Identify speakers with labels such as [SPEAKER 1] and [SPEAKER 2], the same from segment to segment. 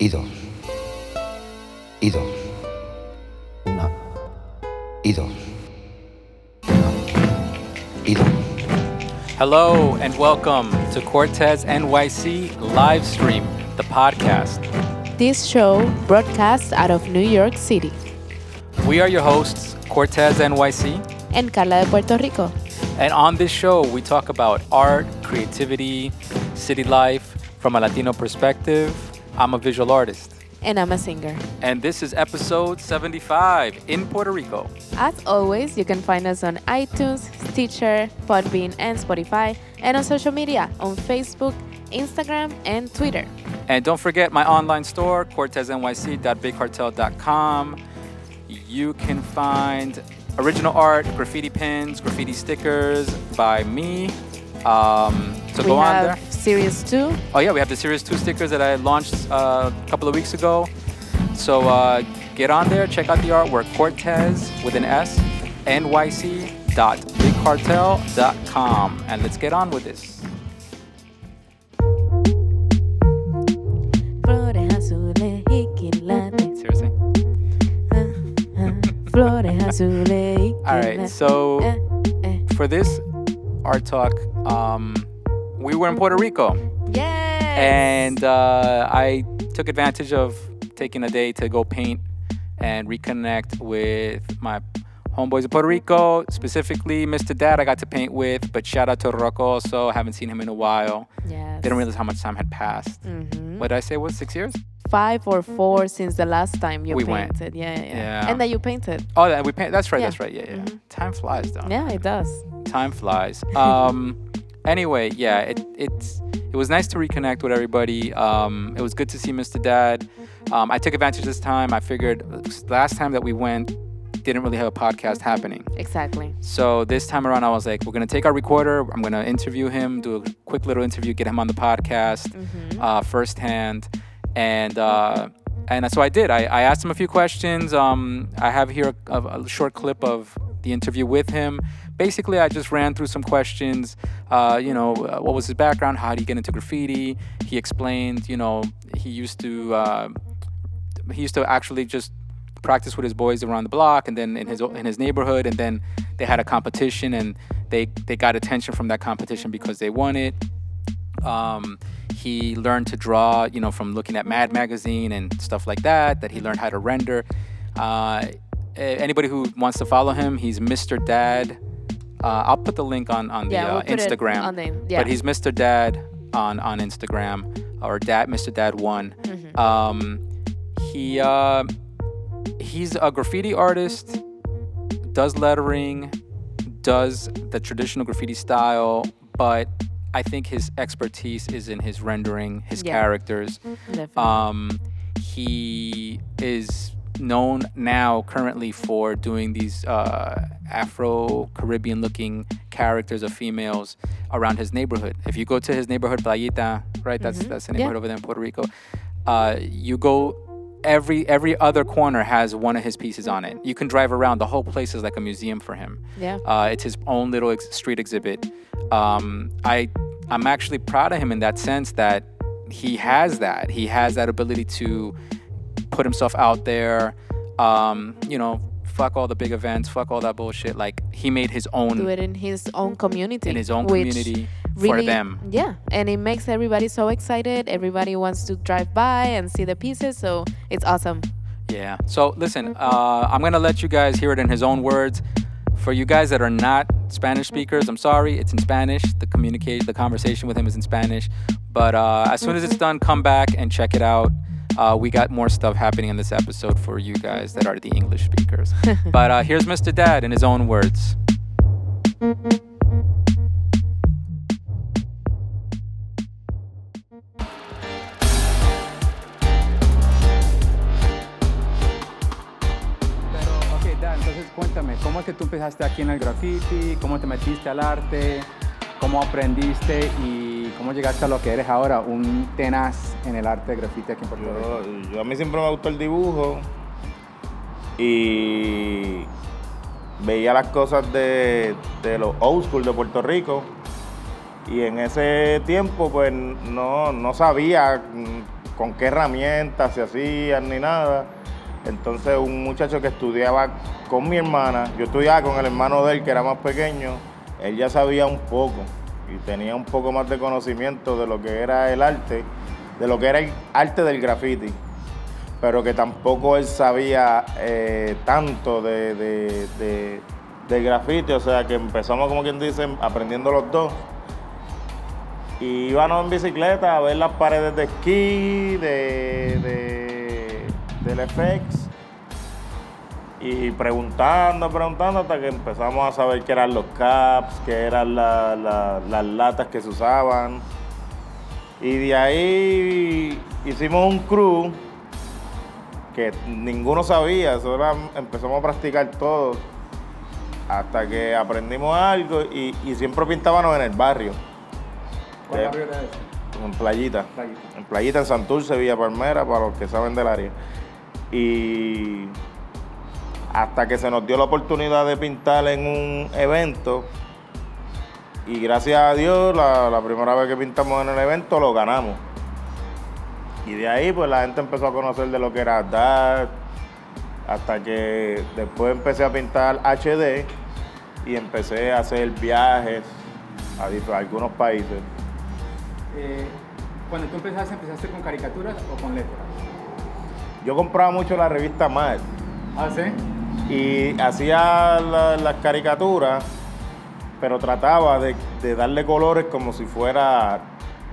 [SPEAKER 1] y dos, y dos, una, y dos, una, y dos.
[SPEAKER 2] Hello and welcome to Cortez NYC Livestream, the podcast.
[SPEAKER 3] This show broadcasts out of New York City
[SPEAKER 2] We are your hosts, Cortez NYC,
[SPEAKER 3] and Carla de Puerto Rico.
[SPEAKER 2] and on this show we talk about art, creativity, city life from a Latino perspective. I'm a visual artist.
[SPEAKER 3] And I'm a singer.
[SPEAKER 2] And this is episode 75 in Puerto Rico.
[SPEAKER 3] As always, you can find us on iTunes, Stitcher, Podbean, and Spotify, and on social media on Facebook, Instagram, and Twitter.
[SPEAKER 2] And don't forget my online store, corteznyc.bigcartel.com. You can find original art, graffiti pins, graffiti stickers by me. Um, so
[SPEAKER 3] we
[SPEAKER 2] go on
[SPEAKER 3] have
[SPEAKER 2] there.
[SPEAKER 3] Series 2.
[SPEAKER 2] Oh yeah, we have the Series 2 stickers that I launched uh, a couple of weeks ago. So uh, get on there, check out the artwork, Cortez with an S, nyc.bigcartel.com. And let's get on with this.
[SPEAKER 3] Flores azules y quilates.
[SPEAKER 2] Seriously?
[SPEAKER 3] Ah, ah. Flores azules y
[SPEAKER 2] All right,
[SPEAKER 3] quilates.
[SPEAKER 2] so-
[SPEAKER 3] Eh, eh.
[SPEAKER 2] for this art talk, um, we were in Puerto Rico,
[SPEAKER 3] Yes!
[SPEAKER 2] and uh, I took advantage of taking a day to go paint and reconnect with my homeboys in Puerto Rico, specifically Mr. Dad. I got to paint with, but shout out to Rocco. Also, I haven't seen him in a while.
[SPEAKER 3] Yes.
[SPEAKER 2] They didn't realize how much time had passed.
[SPEAKER 3] Mhm.
[SPEAKER 2] What did I say? Was six years?
[SPEAKER 3] Five or four since the last time you
[SPEAKER 2] We went.
[SPEAKER 3] painted. Yeah, yeah, yeah.
[SPEAKER 2] Yeah.
[SPEAKER 3] And that you painted.
[SPEAKER 2] Oh, that we paint. That's right.
[SPEAKER 3] Yeah.
[SPEAKER 2] That's right. Yeah, yeah.
[SPEAKER 3] Mhm.
[SPEAKER 2] Time flies, though.
[SPEAKER 3] Yeah, it does.
[SPEAKER 2] time flies. Um, anyway, yeah, it, it's it was nice to reconnect with everybody. Um, it was good to see Mr. Dad. Um, I took advantage this time. I figured last time that we went didn't really have a podcast happening.
[SPEAKER 3] Exactly.
[SPEAKER 2] So this time around, I was like, we're gonna take our recorder. I'm gonna interview him, do a quick little interview, get him on the podcast uh, firsthand, and uh, and so I did. I, I asked him a few questions. Um, I have here a, a short clip of the interview with him. Basically, I just ran through some questions. Uh, you know, uh, what was his background? How did he get into graffiti? He explained, you know, he used to. Uh, he used to actually just practice with his boys around the block and then in his
[SPEAKER 3] Mm-hmm.
[SPEAKER 2] in his neighborhood and then they had a competition and they they got attention from that competition
[SPEAKER 3] Mm-hmm.
[SPEAKER 2] because they won it um, he learned to draw you know from looking at
[SPEAKER 3] Mm-hmm.
[SPEAKER 2] mad magazine and stuff like that that he learned how to render uh, a- anybody who wants to follow him he's mr dad uh, i'll put the link on on
[SPEAKER 3] Yeah,
[SPEAKER 2] the
[SPEAKER 3] we'll
[SPEAKER 2] uh,
[SPEAKER 3] put it
[SPEAKER 2] instagram
[SPEAKER 3] on the- yeah.
[SPEAKER 2] but he's mr dad on on instagram or dad mr dad one
[SPEAKER 3] Mm-hmm.
[SPEAKER 2] um, he uh, he's a graffiti artist does lettering does the traditional graffiti style but i think his expertise is in his rendering his
[SPEAKER 3] Yeah.
[SPEAKER 2] characters
[SPEAKER 3] Definitely.
[SPEAKER 2] um, he is known now currently for doing these uh, afro-caribbean looking characters of females around his neighborhood if you go to his neighborhood playita right that's that's the
[SPEAKER 3] Mm-hmm. Yeah.
[SPEAKER 2] neighborhood over there in puerto rico uh, you go every every other corner has one of his pieces on it you can drive around the whole place is like a museum for him
[SPEAKER 3] Yeah.
[SPEAKER 2] uh, it's his own little ex- street exhibit. Um, I I'm actually proud of him in that sense that he has that. He has that ability to put himself out there. Um, you know, fuck all the big events, fuck all that bullshit. Like he made his
[SPEAKER 3] do
[SPEAKER 2] own
[SPEAKER 3] it in his own community.
[SPEAKER 2] in his own
[SPEAKER 3] which
[SPEAKER 2] community
[SPEAKER 3] really,
[SPEAKER 2] for them.
[SPEAKER 3] Yeah, and it makes everybody so excited. Everybody wants to drive by and see the pieces, so it's awesome.
[SPEAKER 2] Yeah. So listen, uh, I'm gonna let you guys hear it in his own words. For you guys that are not Spanish speakers, I'm sorry, it's in Spanish. The communication, the conversation with him is in Spanish. But uh, as soon as it's done, come back and check it out. Uh, we got more stuff happening in this episode for you guys that are the English speakers. but uh, here's Mr. Dad in his own words.
[SPEAKER 4] Pero, ok, Dan, entonces cuéntame, ¿cómo es que tú empezaste aquí en el graffiti? ¿Cómo te metiste al arte? ¿Cómo aprendiste y cómo llegaste a lo que eres ahora, un tenaz en el arte de graffiti aquí en Puerto Rico?
[SPEAKER 5] Yo, yo- a mí siempre me gustó el dibujo y veía las cosas de, de los old school de Puerto Rico y en ese tiempo pues no, no sabía mm, con qué herramientas se hacían ni nada. Entonces un muchacho que estudiaba con mi hermana, yo estudiaba con el hermano de él que era más pequeño, él ya sabía un poco y tenía un poco más de conocimiento de lo que era el arte, de lo que era el arte del graffiti, pero que tampoco él sabía eh, tanto de, de- de- del graffiti, o sea que empezamos como quien dice aprendiendo los dos. Y íbamos en bicicleta a ver las paredes de esquí, de, de, del FX. Y preguntando, preguntando, hasta que empezamos a saber qué eran los caps, qué eran la- la- las latas que se usaban. Y de ahí hicimos un crew que ninguno sabía, solo am- empezamos a practicar todos. Hasta que aprendimos algo y, y siempre pintábamos en el barrio.
[SPEAKER 2] ¿Cuál
[SPEAKER 5] Eh,
[SPEAKER 2] barrio era ese?
[SPEAKER 5] en playita.
[SPEAKER 2] Playita.
[SPEAKER 5] En playita, en Santurce, Villa Palmera, para los que saben del área. Y hasta que se nos dio la oportunidad de pintar en un evento. Y gracias a Dios, la, la primera vez que pintamos en el evento lo ganamos. Y de ahí, pues la gente empezó a conocer de lo que era DART. Hasta que después empecé a pintar HD y empecé a hacer viajes a dif- a algunos países.
[SPEAKER 2] Eh, cuando tú empezaste, ¿empezaste con caricaturas o con letras?
[SPEAKER 5] Yo compraba mucho la revista Mad
[SPEAKER 2] Ah, sí.
[SPEAKER 5] y hacía la- las caricaturas, pero trataba de, de darle colores como si fuera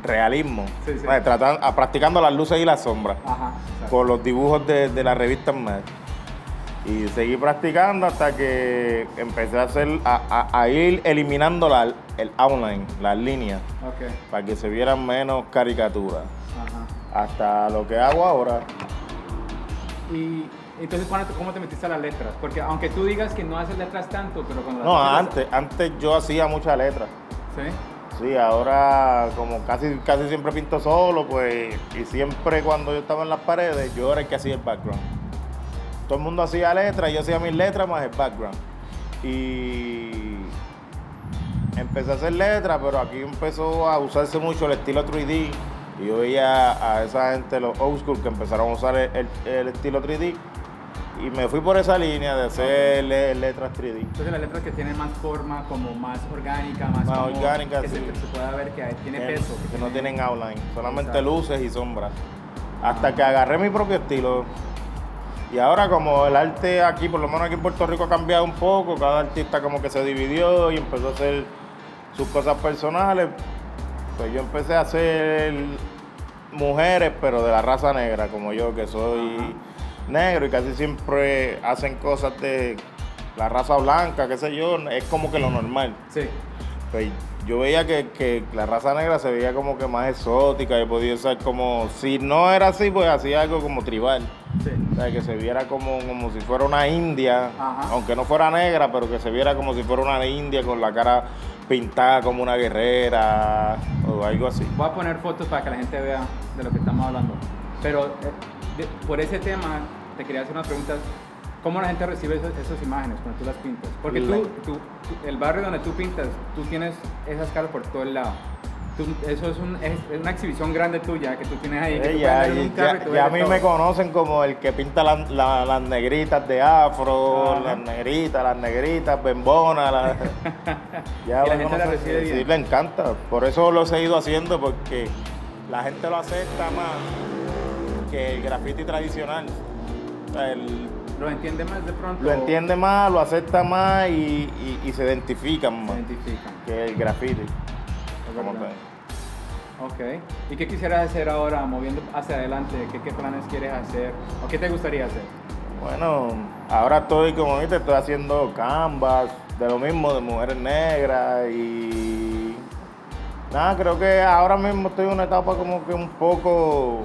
[SPEAKER 5] realismo.
[SPEAKER 2] Sí, sí.
[SPEAKER 5] Eh, tratan- a- practicando las luces y las sombras
[SPEAKER 2] Ajá. exacto.
[SPEAKER 5] con los dibujos de, de la revista Mad. Y seguí practicando hasta que empecé a, hacer, a, a- a ir eliminando la- el outline, las líneas,
[SPEAKER 2] Ok.
[SPEAKER 5] para que se vieran menos caricaturas.
[SPEAKER 2] Ajá.
[SPEAKER 5] Hasta lo que hago ahora,
[SPEAKER 2] Y entonces, ¿cuándo te- ¿cómo te metiste a las letras? Porque aunque tú digas que no haces letras tanto, pero cuando las
[SPEAKER 5] No,
[SPEAKER 2] haces-
[SPEAKER 5] antes, antes yo hacía muchas letras.
[SPEAKER 2] Sí.
[SPEAKER 5] Sí, ahora como casi, casi siempre pinto solo, pues, y siempre cuando yo estaba en las paredes, yo era el que hacía el background. Todo el mundo hacía letras, yo hacía mis letras más el background. Y empecé a hacer letras, pero aquí empezó a usarse mucho el estilo 3D. Y yo veía a esa gente, los old school, que empezaron a usar el, el- el estilo 3D. Y me fui por esa línea de hacer le- letras 3D.
[SPEAKER 2] Entonces las letras que tienen más forma, como más orgánica, más,
[SPEAKER 5] Más
[SPEAKER 2] como
[SPEAKER 5] orgánica,
[SPEAKER 2] que se,
[SPEAKER 5] sí.
[SPEAKER 2] que se pueda ver que tiene
[SPEAKER 5] que-
[SPEAKER 2] peso.
[SPEAKER 5] que no tienen outline, solamente
[SPEAKER 2] Exacto.
[SPEAKER 5] luces y sombras. Hasta que agarré mi propio estilo. Y ahora como el arte aquí, por lo menos aquí en Puerto Rico ha cambiado un poco, cada artista como que se dividió y empezó a hacer sus cosas personales, pues yo empecé a hacer mujeres, pero de la raza negra, como yo que soy negro y casi siempre hacen cosas de la raza blanca, qué sé yo, es como que lo normal
[SPEAKER 2] Sí.
[SPEAKER 5] pues, yo veía que, que la raza negra se veía como que más exótica y podía usar como, si no era así, pues hacía algo como tribal.
[SPEAKER 2] Sí.
[SPEAKER 5] O sea, que se viera como, como si fuera una india,
[SPEAKER 2] Ajá.
[SPEAKER 5] aunque no fuera negra, pero que se viera como si fuera una india con la cara pintada como una guerrera o algo así.
[SPEAKER 2] Voy a poner fotos para que la gente vea de lo que estamos hablando. Pero eh, de- por ese tema, te quería hacer unas preguntas. ¿Cómo la gente recibe eso- esas imágenes cuando tú las pintas? Porque tú,
[SPEAKER 5] La-
[SPEAKER 2] tú- tú- el barrio donde tú pintas, tú tienes esas caras por todo el lado. Tú- eso es, un- es- es una exhibición grande tuya que tú tienes ahí. que tú
[SPEAKER 5] Eh,
[SPEAKER 2] puedes
[SPEAKER 5] ya,
[SPEAKER 2] ver en un
[SPEAKER 5] ya-
[SPEAKER 2] carro y tú
[SPEAKER 5] ya a
[SPEAKER 2] ves
[SPEAKER 5] mí
[SPEAKER 2] de
[SPEAKER 5] me
[SPEAKER 2] todo.
[SPEAKER 5] conocen como el que pinta la- la- las negritas de afro,
[SPEAKER 2] Ajá.
[SPEAKER 5] las negritas, las negritas, bembonas. la- ya
[SPEAKER 2] Y la
[SPEAKER 5] me
[SPEAKER 2] gente la
[SPEAKER 5] conocen,
[SPEAKER 2] recibe
[SPEAKER 5] sí,
[SPEAKER 2] bien.
[SPEAKER 5] sí, le encanta. Por eso lo he seguido haciendo, porque la gente lo acepta más que el graffiti tradicional. O sea, el-
[SPEAKER 2] Lo entiende más de pronto.
[SPEAKER 5] lo entiende más, lo acepta más y, y- y se identifican
[SPEAKER 2] Se
[SPEAKER 5] más
[SPEAKER 2] identifican.
[SPEAKER 5] que el graffiti.
[SPEAKER 2] es
[SPEAKER 5] como
[SPEAKER 2] verdad.
[SPEAKER 5] tal.
[SPEAKER 2] Ok. ¿Y qué quisieras hacer ahora, moviendo hacia adelante? ¿Qué, qué planes quieres hacer? ¿O qué te gustaría hacer?
[SPEAKER 5] Bueno, ahora estoy, como viste, estoy haciendo canvas de lo mismo, de mujeres negras y... Nada, creo que ahora mismo estoy en una etapa como que un poco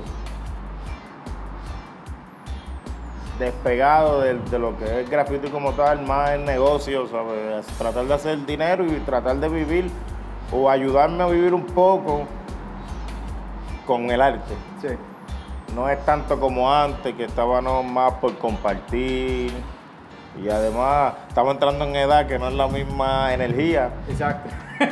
[SPEAKER 5] despegado de, de lo que es el graffiti como tal, más el negocio, ¿sabes? Tratar de hacer dinero y tratar de vivir o ayudarme a vivir un poco con el arte
[SPEAKER 2] Sí.
[SPEAKER 5] no es tanto como antes, que estábamos más por compartir, Y además estamos entrando en edad que no es la misma energía.
[SPEAKER 2] Exacto.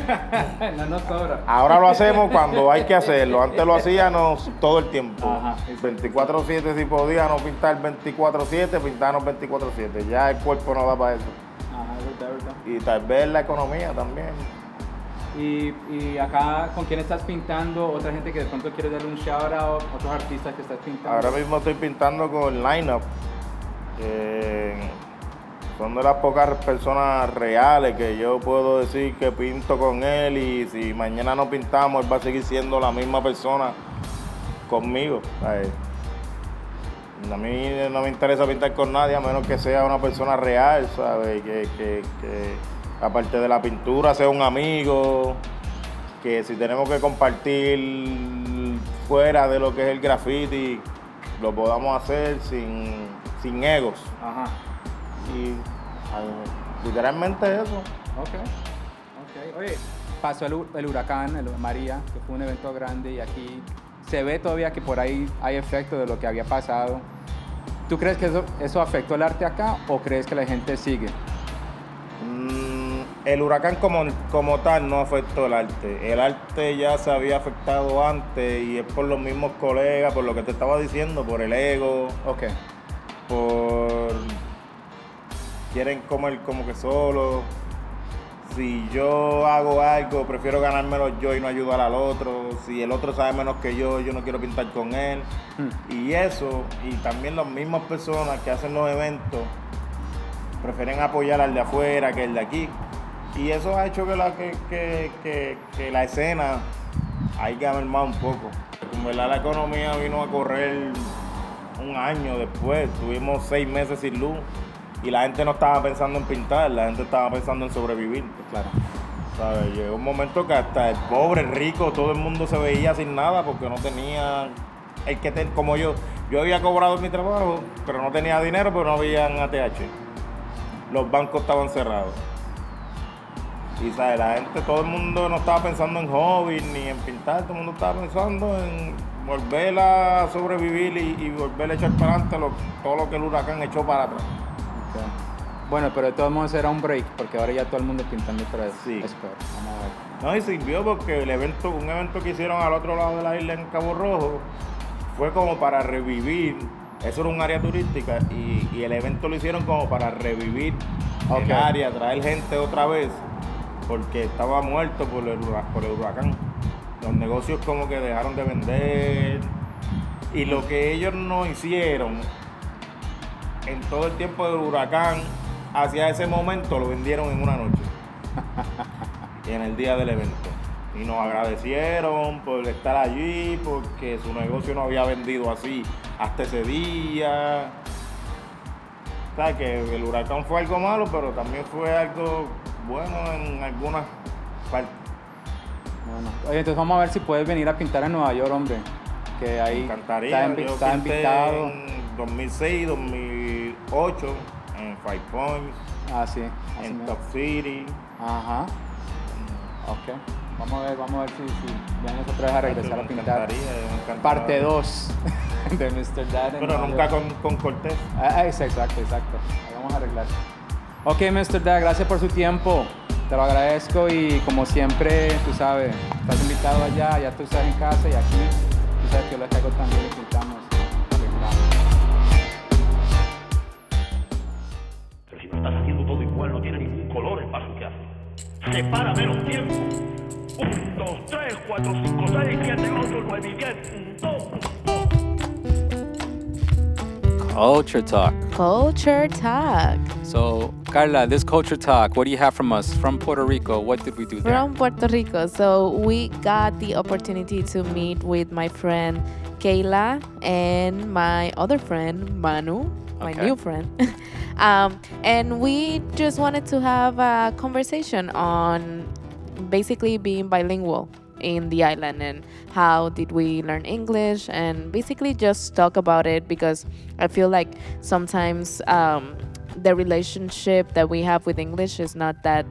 [SPEAKER 2] no nos sobra.
[SPEAKER 5] Ahora lo hacemos cuando hay que hacerlo. Antes lo hacíamos todo el tiempo.
[SPEAKER 2] Ajá.
[SPEAKER 5] 24-7 si podía, no pintar 24-7, pintarnos 24-7. Ya el cuerpo no da para eso.
[SPEAKER 2] Ajá, Ah, es verdad, es verdad.
[SPEAKER 5] Y tal vez la economía también.
[SPEAKER 2] Y, y acá, ¿con quién estás pintando? Otra gente que de pronto quiere darle un shout out, otros artistas que estás pintando.
[SPEAKER 5] Ahora mismo estoy pintando con Lineup. que son de las pocas personas reales que yo puedo decir que pinto con él y si mañana no pintamos, él va a seguir siendo la misma persona conmigo. ¿sabes? A mí no me interesa pintar con nadie a menos que sea una persona real, ¿sabes? Que, que- que aparte de la pintura sea un amigo, que si tenemos que compartir fuera de lo que es el graffiti, lo podamos hacer sin, sin egos.
[SPEAKER 2] Ajá.
[SPEAKER 5] Y ay, literalmente eso.
[SPEAKER 2] Ok. Ok. Oye, pasó el, hu- el huracán, el María, que fue un evento grande y aquí se ve todavía que por ahí hay efecto de lo que había pasado. ¿Tú crees que eso, eso afectó el arte acá o crees que la gente sigue?
[SPEAKER 5] Mm, el huracán como, como tal no afectó el arte. El arte ya se había afectado antes y es por los mismos colegas, por lo que te estaba diciendo, por el ego,
[SPEAKER 2] Ok.
[SPEAKER 5] por... Quieren comer como que solo. Si yo hago algo, prefiero ganármelo yo y no ayudar al otro. Si el otro sabe menos que yo, yo no quiero pintar con él.
[SPEAKER 2] Hmm.
[SPEAKER 5] Y eso, y también las mismas personas que hacen los eventos prefieren apoyar al de afuera que el de aquí. Y eso ha hecho que la, que, que- que- que la escena haya mermado un poco. En verdad la economía vino a correr un año después, tuvimos seis meses sin luz y la gente no estaba pensando en pintar, la gente estaba pensando en sobrevivir.
[SPEAKER 2] Claro.
[SPEAKER 5] ¿sabes? Llegó un momento que hasta el pobre, el rico, todo el mundo se veía sin nada porque no tenía el que ten- como yo. Yo había cobrado mi trabajo, pero no tenía dinero, pero no había ATH. Los bancos estaban cerrados. Y ¿sabes? la gente, todo el mundo no estaba pensando en hobby ni en pintar, todo el mundo estaba pensando en volver a sobrevivir y, y volver a echar para adelante lo- todo lo que el huracán echó para atrás.
[SPEAKER 2] Ok. Bueno, pero de todos modos era un break porque ahora ya todo el mundo pintando otra vez.
[SPEAKER 5] Sí.
[SPEAKER 2] Es peor. Vamos a ver.
[SPEAKER 5] No, y sirvió porque el evento, un evento que hicieron al otro lado de la isla en Cabo Rojo fue como para revivir. Eso era un área turística y, y el evento lo hicieron como para revivir
[SPEAKER 2] Ok.
[SPEAKER 5] el área, traer gente otra vez, porque estaba muerto por el, hura- por el huracán. Los negocios como que dejaron de vender. Y lo que ellos no hicieron en todo el tiempo del huracán, hacia ese momento lo vendieron en una noche y en el día del evento. Y nos agradecieron por estar allí, porque su negocio no había vendido así hasta ese día. O sea, que el huracán fue algo malo, pero también fue algo bueno en algunas partes.
[SPEAKER 2] Bueno, oye, entonces vamos a ver si puedes venir a pintar en Nueva York, hombre. Que ahí
[SPEAKER 5] Me encantaría.
[SPEAKER 2] está, invi-
[SPEAKER 5] Yo
[SPEAKER 2] está
[SPEAKER 5] pinté
[SPEAKER 2] invitado.
[SPEAKER 5] en 2006, 2008, en Five Points,
[SPEAKER 2] Ah, sí. así
[SPEAKER 5] en
[SPEAKER 2] mismo.
[SPEAKER 5] Top City.
[SPEAKER 2] Ajá. Ok. Vamos a ver, vamos a ver si, si ya otra vez a regresar a
[SPEAKER 5] Me
[SPEAKER 2] pintar.
[SPEAKER 5] encantaría, me encantaría.
[SPEAKER 2] Parte 2 de Mr. Dad. en
[SPEAKER 5] Pero
[SPEAKER 2] Nueva
[SPEAKER 5] nunca
[SPEAKER 2] York.
[SPEAKER 5] con, con Cortés.
[SPEAKER 2] Ah, ah, ex- exacto, exacto. Ahí vamos a arreglar. Ok, Mr. Dad, gracias por su tiempo. Te lo agradezco y como siempre, tú sabes, estás invitado allá, ya tú estás en casa y aquí, tú sabes que yo les caigo también y pintamos. arreglamos.
[SPEAKER 6] Pero si lo estás haciendo todo igual, no tiene ningún color el paso que hace. Separa menos tiempo. 1, 2, 3, 4, 5, 6, 7, 8, 9, 10, 2, 1.
[SPEAKER 7] Culture talk.
[SPEAKER 3] Culture Talk.
[SPEAKER 7] So, Carla, this culture talk, what do you have from us? From Puerto Rico, what did we do there?
[SPEAKER 3] from Puerto Rico. So we got the opportunity to meet with my friend Kayla and my other friend Manu, my
[SPEAKER 7] Okay.
[SPEAKER 3] new friend. um, and we just wanted to have a conversation on basically being bilingual in the island and how did we learn English and basically just talk about it because I feel like sometimes um, the relationship that we have with English is not that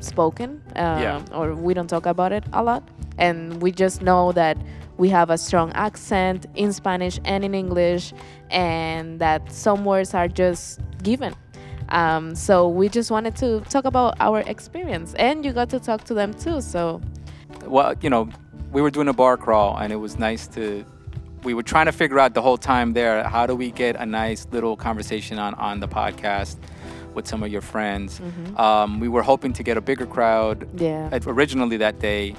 [SPEAKER 3] spoken um,
[SPEAKER 7] Yeah.
[SPEAKER 3] or we don't talk about it a lot and we just know that we have a strong accent in Spanish and in English and that some words are just given Um, so we just wanted to talk about our experience, and you got to talk to them too. So
[SPEAKER 2] well, you know, we were doing a bar crawl, and it was nice to. We were trying to figure out the whole time there how do we get a nice little conversation on on the podcast with some of your friends. Um, we were hoping to get a bigger crowd
[SPEAKER 3] Mm-hmm. Yeah.
[SPEAKER 2] at- originally that day,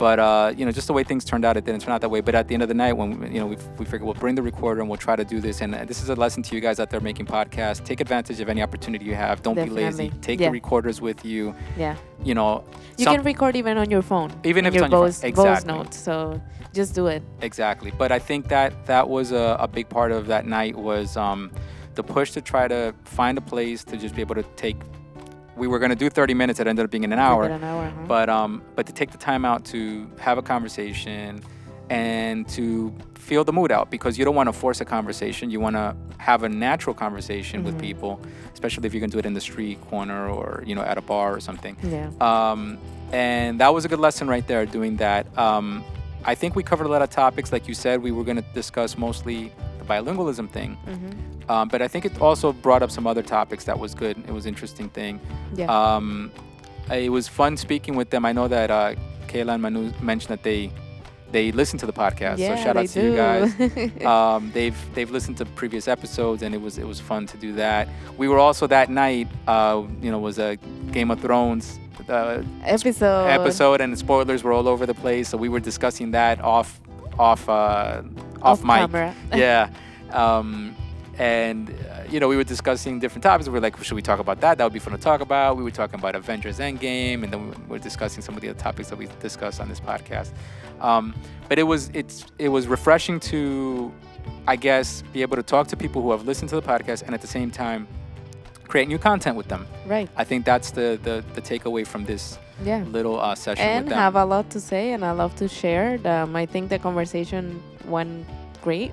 [SPEAKER 2] but uh, you know, just the way things turned out, it didn't turn out that way. But at the end of the night, when you know we we figured we'll bring the recorder and we'll try to do this. And uh, this is a lesson to you guys out there making podcasts: take advantage of any opportunity you have. Don't be lazy.
[SPEAKER 3] Definitely.
[SPEAKER 2] Take
[SPEAKER 3] Yeah.
[SPEAKER 2] the recorders with you.
[SPEAKER 3] yeah,
[SPEAKER 2] You know,
[SPEAKER 3] you
[SPEAKER 2] some-
[SPEAKER 3] can record even on your phone,
[SPEAKER 2] Even if
[SPEAKER 3] in
[SPEAKER 2] it's
[SPEAKER 3] your
[SPEAKER 2] on your phone,
[SPEAKER 3] voice, voice
[SPEAKER 2] exactly.
[SPEAKER 3] notes. So just do it.
[SPEAKER 2] exactly but i think that that was a, a big part of that night was um, the push to try to find a place to just be able to take we were going to do 30 minutes it ended up being in an hour,
[SPEAKER 3] Give it an hour, huh?
[SPEAKER 2] but um, but to take the time out to have a conversation and to feel the mood out because you don't want to force a conversation you want to have a natural conversation with people especially if you can do it in the street corner or you know at a bar or something
[SPEAKER 3] Yeah.
[SPEAKER 2] um, and that was a good lesson right there doing that um, i think we covered a lot of topics like you said we were going to discuss mostly the bilingualism thing um, but i think it also brought up some other topics that was good it was interesting thing
[SPEAKER 3] Yeah.
[SPEAKER 2] um, it was fun speaking with them i know that uh, kayla and manu mentioned that they they listen to the podcast
[SPEAKER 3] yeah,
[SPEAKER 2] so shout
[SPEAKER 3] they
[SPEAKER 2] out to you guys
[SPEAKER 3] do.
[SPEAKER 2] um, they've they've listened to previous episodes and it was it was fun to do that. We were also that night, uh, you know, was a Game of Thrones uh,
[SPEAKER 3] episode.
[SPEAKER 2] episode and spoilers were all over the place, so we were discussing that off off uh, off,
[SPEAKER 3] Off
[SPEAKER 2] mic.
[SPEAKER 3] camera.
[SPEAKER 2] yeah. Um, and uh, you know we were discussing different topics. We were like, should we talk about that? That would be fun to talk about. We were talking about Avengers Endgame, and then we were discussing some of the other topics that we discussed on this podcast. Um, but it was it's it was refreshing to, I guess, be able to talk to people who have listened to the podcast and at the same time create new content with them.
[SPEAKER 3] Right.
[SPEAKER 2] I think that's the the, the takeaway from this
[SPEAKER 3] Yeah.
[SPEAKER 2] little uh, session
[SPEAKER 3] and
[SPEAKER 2] with them.
[SPEAKER 3] have a lot to say and I love to share. Um, I think the conversation went great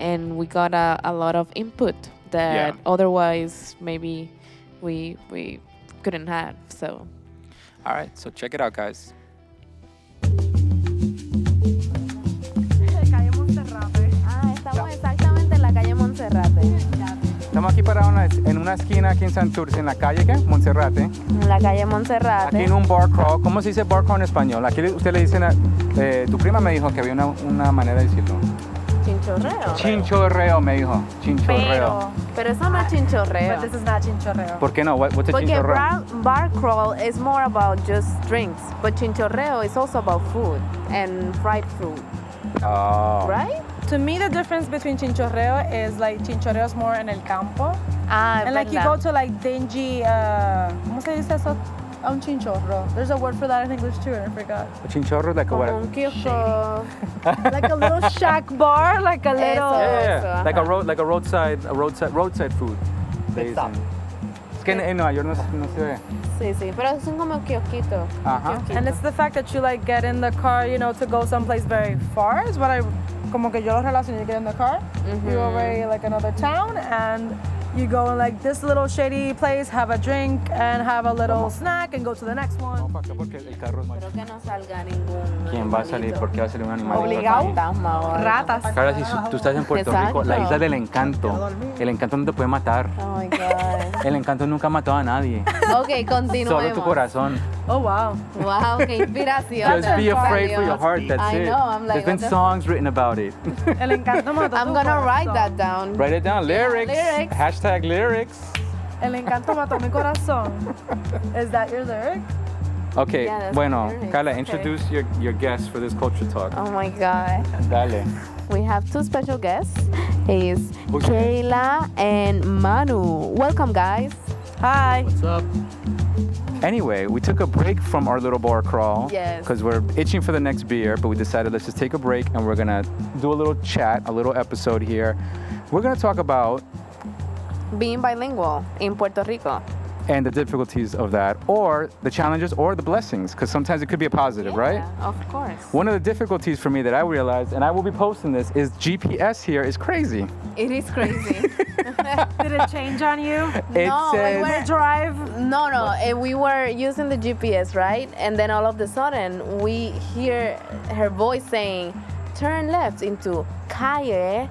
[SPEAKER 3] and we got a, a lot of input that
[SPEAKER 2] Yeah.
[SPEAKER 3] otherwise maybe we we couldn't have. So
[SPEAKER 2] All right, so check it out, guys.
[SPEAKER 8] calle Monserrate.
[SPEAKER 9] Ah, estamos exactamente en la calle Monserrate.
[SPEAKER 4] Estamos aquí parados en la- en una esquina aquí en Santurce, en la calle que Monserrate.
[SPEAKER 9] En la calle
[SPEAKER 4] Aquí en
[SPEAKER 9] Monserrate.
[SPEAKER 4] un bar crawl. ¿Cómo se dice bar crawl en español? Aquí le- usted le dicen, a- eh, tu prima me dijo que había una, una manera de decirlo.
[SPEAKER 9] Chinchorreo.
[SPEAKER 4] Chinchorreo me dijo. Chinchorreo.
[SPEAKER 9] Pero, pero eso
[SPEAKER 2] Ah.
[SPEAKER 9] no es chinchorreo.
[SPEAKER 8] But this is not chinchorreo.
[SPEAKER 4] ¿Por qué no? What- What's a
[SPEAKER 9] Porque
[SPEAKER 4] chinchorreo?
[SPEAKER 9] bar, bar crawl is more about just drinks, but chinchorreo is also about food and fried food,
[SPEAKER 4] Oh.
[SPEAKER 9] right?
[SPEAKER 8] To me, the difference between chinchorreo is like chinchorreo is more en el campo.
[SPEAKER 9] Ah,
[SPEAKER 8] And like you go to like dingy, uh, ¿cómo se dice eso? A un chinchorro. There's a word for that in English too, and I forgot.
[SPEAKER 4] Chinchorro es like a what?
[SPEAKER 9] como un kiosco.
[SPEAKER 8] like a little shack bar, like a little.
[SPEAKER 9] Eso.
[SPEAKER 4] Yeah, yeah, yeah.
[SPEAKER 9] ajá.
[SPEAKER 4] like a road, like a roadside, a roadside, roadside food. they dicen. Es que en, en Nueva York no, se- no se ve.
[SPEAKER 9] Sí, sí, pero son como kiosquitos.
[SPEAKER 4] Ajá.
[SPEAKER 8] And it's the fact that you like get in the car, you know, to go someplace very far is what I, como que yo lo relaciono. You get in the car, you're already like another town, and you go in like this little shady place, have a drink, and have a little snack, and go to the next one.
[SPEAKER 4] para acá porque el carro es más.
[SPEAKER 9] Espero que no salga ningún.
[SPEAKER 4] ¿Quién va a salir? ¿Por qué va a salir un animal?
[SPEAKER 9] Fantasma o algo.
[SPEAKER 8] Ratas.
[SPEAKER 4] Ahora, si tú estás en Puerto Rico, la
[SPEAKER 3] Exacto.
[SPEAKER 4] isla del encanto, el encanto no te puede matar.
[SPEAKER 9] Oh my God.
[SPEAKER 4] El encanto nunca ha matado a nadie.
[SPEAKER 9] ok, continuemos.
[SPEAKER 4] Solo tu corazón.
[SPEAKER 8] Oh wow.
[SPEAKER 9] Wow, qué inspiración.
[SPEAKER 4] Just be afraid for your
[SPEAKER 9] Dios.
[SPEAKER 4] heart. That's
[SPEAKER 9] I
[SPEAKER 4] it.
[SPEAKER 9] know, I'm
[SPEAKER 4] There's
[SPEAKER 9] like,
[SPEAKER 4] been
[SPEAKER 9] what the-
[SPEAKER 4] songs written about it.
[SPEAKER 8] El encanto mató
[SPEAKER 9] I'm
[SPEAKER 8] tu
[SPEAKER 9] gonna write
[SPEAKER 8] corazón.
[SPEAKER 9] that down.
[SPEAKER 4] Write it down. Lyrics.
[SPEAKER 9] lyrics.
[SPEAKER 4] Hashtag lyrics.
[SPEAKER 8] El encanto mató mi corazón. Is that your lyric?
[SPEAKER 4] Okay.
[SPEAKER 9] Yeah, that's
[SPEAKER 4] bueno,
[SPEAKER 9] lyrics.
[SPEAKER 4] Carla,
[SPEAKER 9] Okay.
[SPEAKER 4] introduce your, your guest for this culture talk.
[SPEAKER 9] Oh my god.
[SPEAKER 4] Dale.
[SPEAKER 9] We have two special guests. Is
[SPEAKER 4] Who's-
[SPEAKER 9] Kayla and Manu. Welcome guys.
[SPEAKER 8] Hi.
[SPEAKER 4] Anyway, we took a break from our little bar crawl.
[SPEAKER 9] Yes.
[SPEAKER 4] Because we're itching for the next beer, but we decided let's just take a break and we're gonna do a little chat, a little episode here. We're gonna talk about
[SPEAKER 9] Being bilingual in Puerto Rico.
[SPEAKER 4] and the difficulties of that, or the challenges, or the blessings, because sometimes it could be a positive, right?
[SPEAKER 9] Yeah, of course.
[SPEAKER 4] One of the difficulties for me that I realized, and I will be posting this, is GPS here is crazy.
[SPEAKER 9] It is crazy.
[SPEAKER 8] Did it change on you?
[SPEAKER 4] It
[SPEAKER 9] No, like,
[SPEAKER 4] says
[SPEAKER 9] where-
[SPEAKER 8] Drive.
[SPEAKER 9] No, no.
[SPEAKER 3] eh,
[SPEAKER 9] And we were using the GPS, right? And then all of a sudden, we hear her voice saying, "Turn left into Calle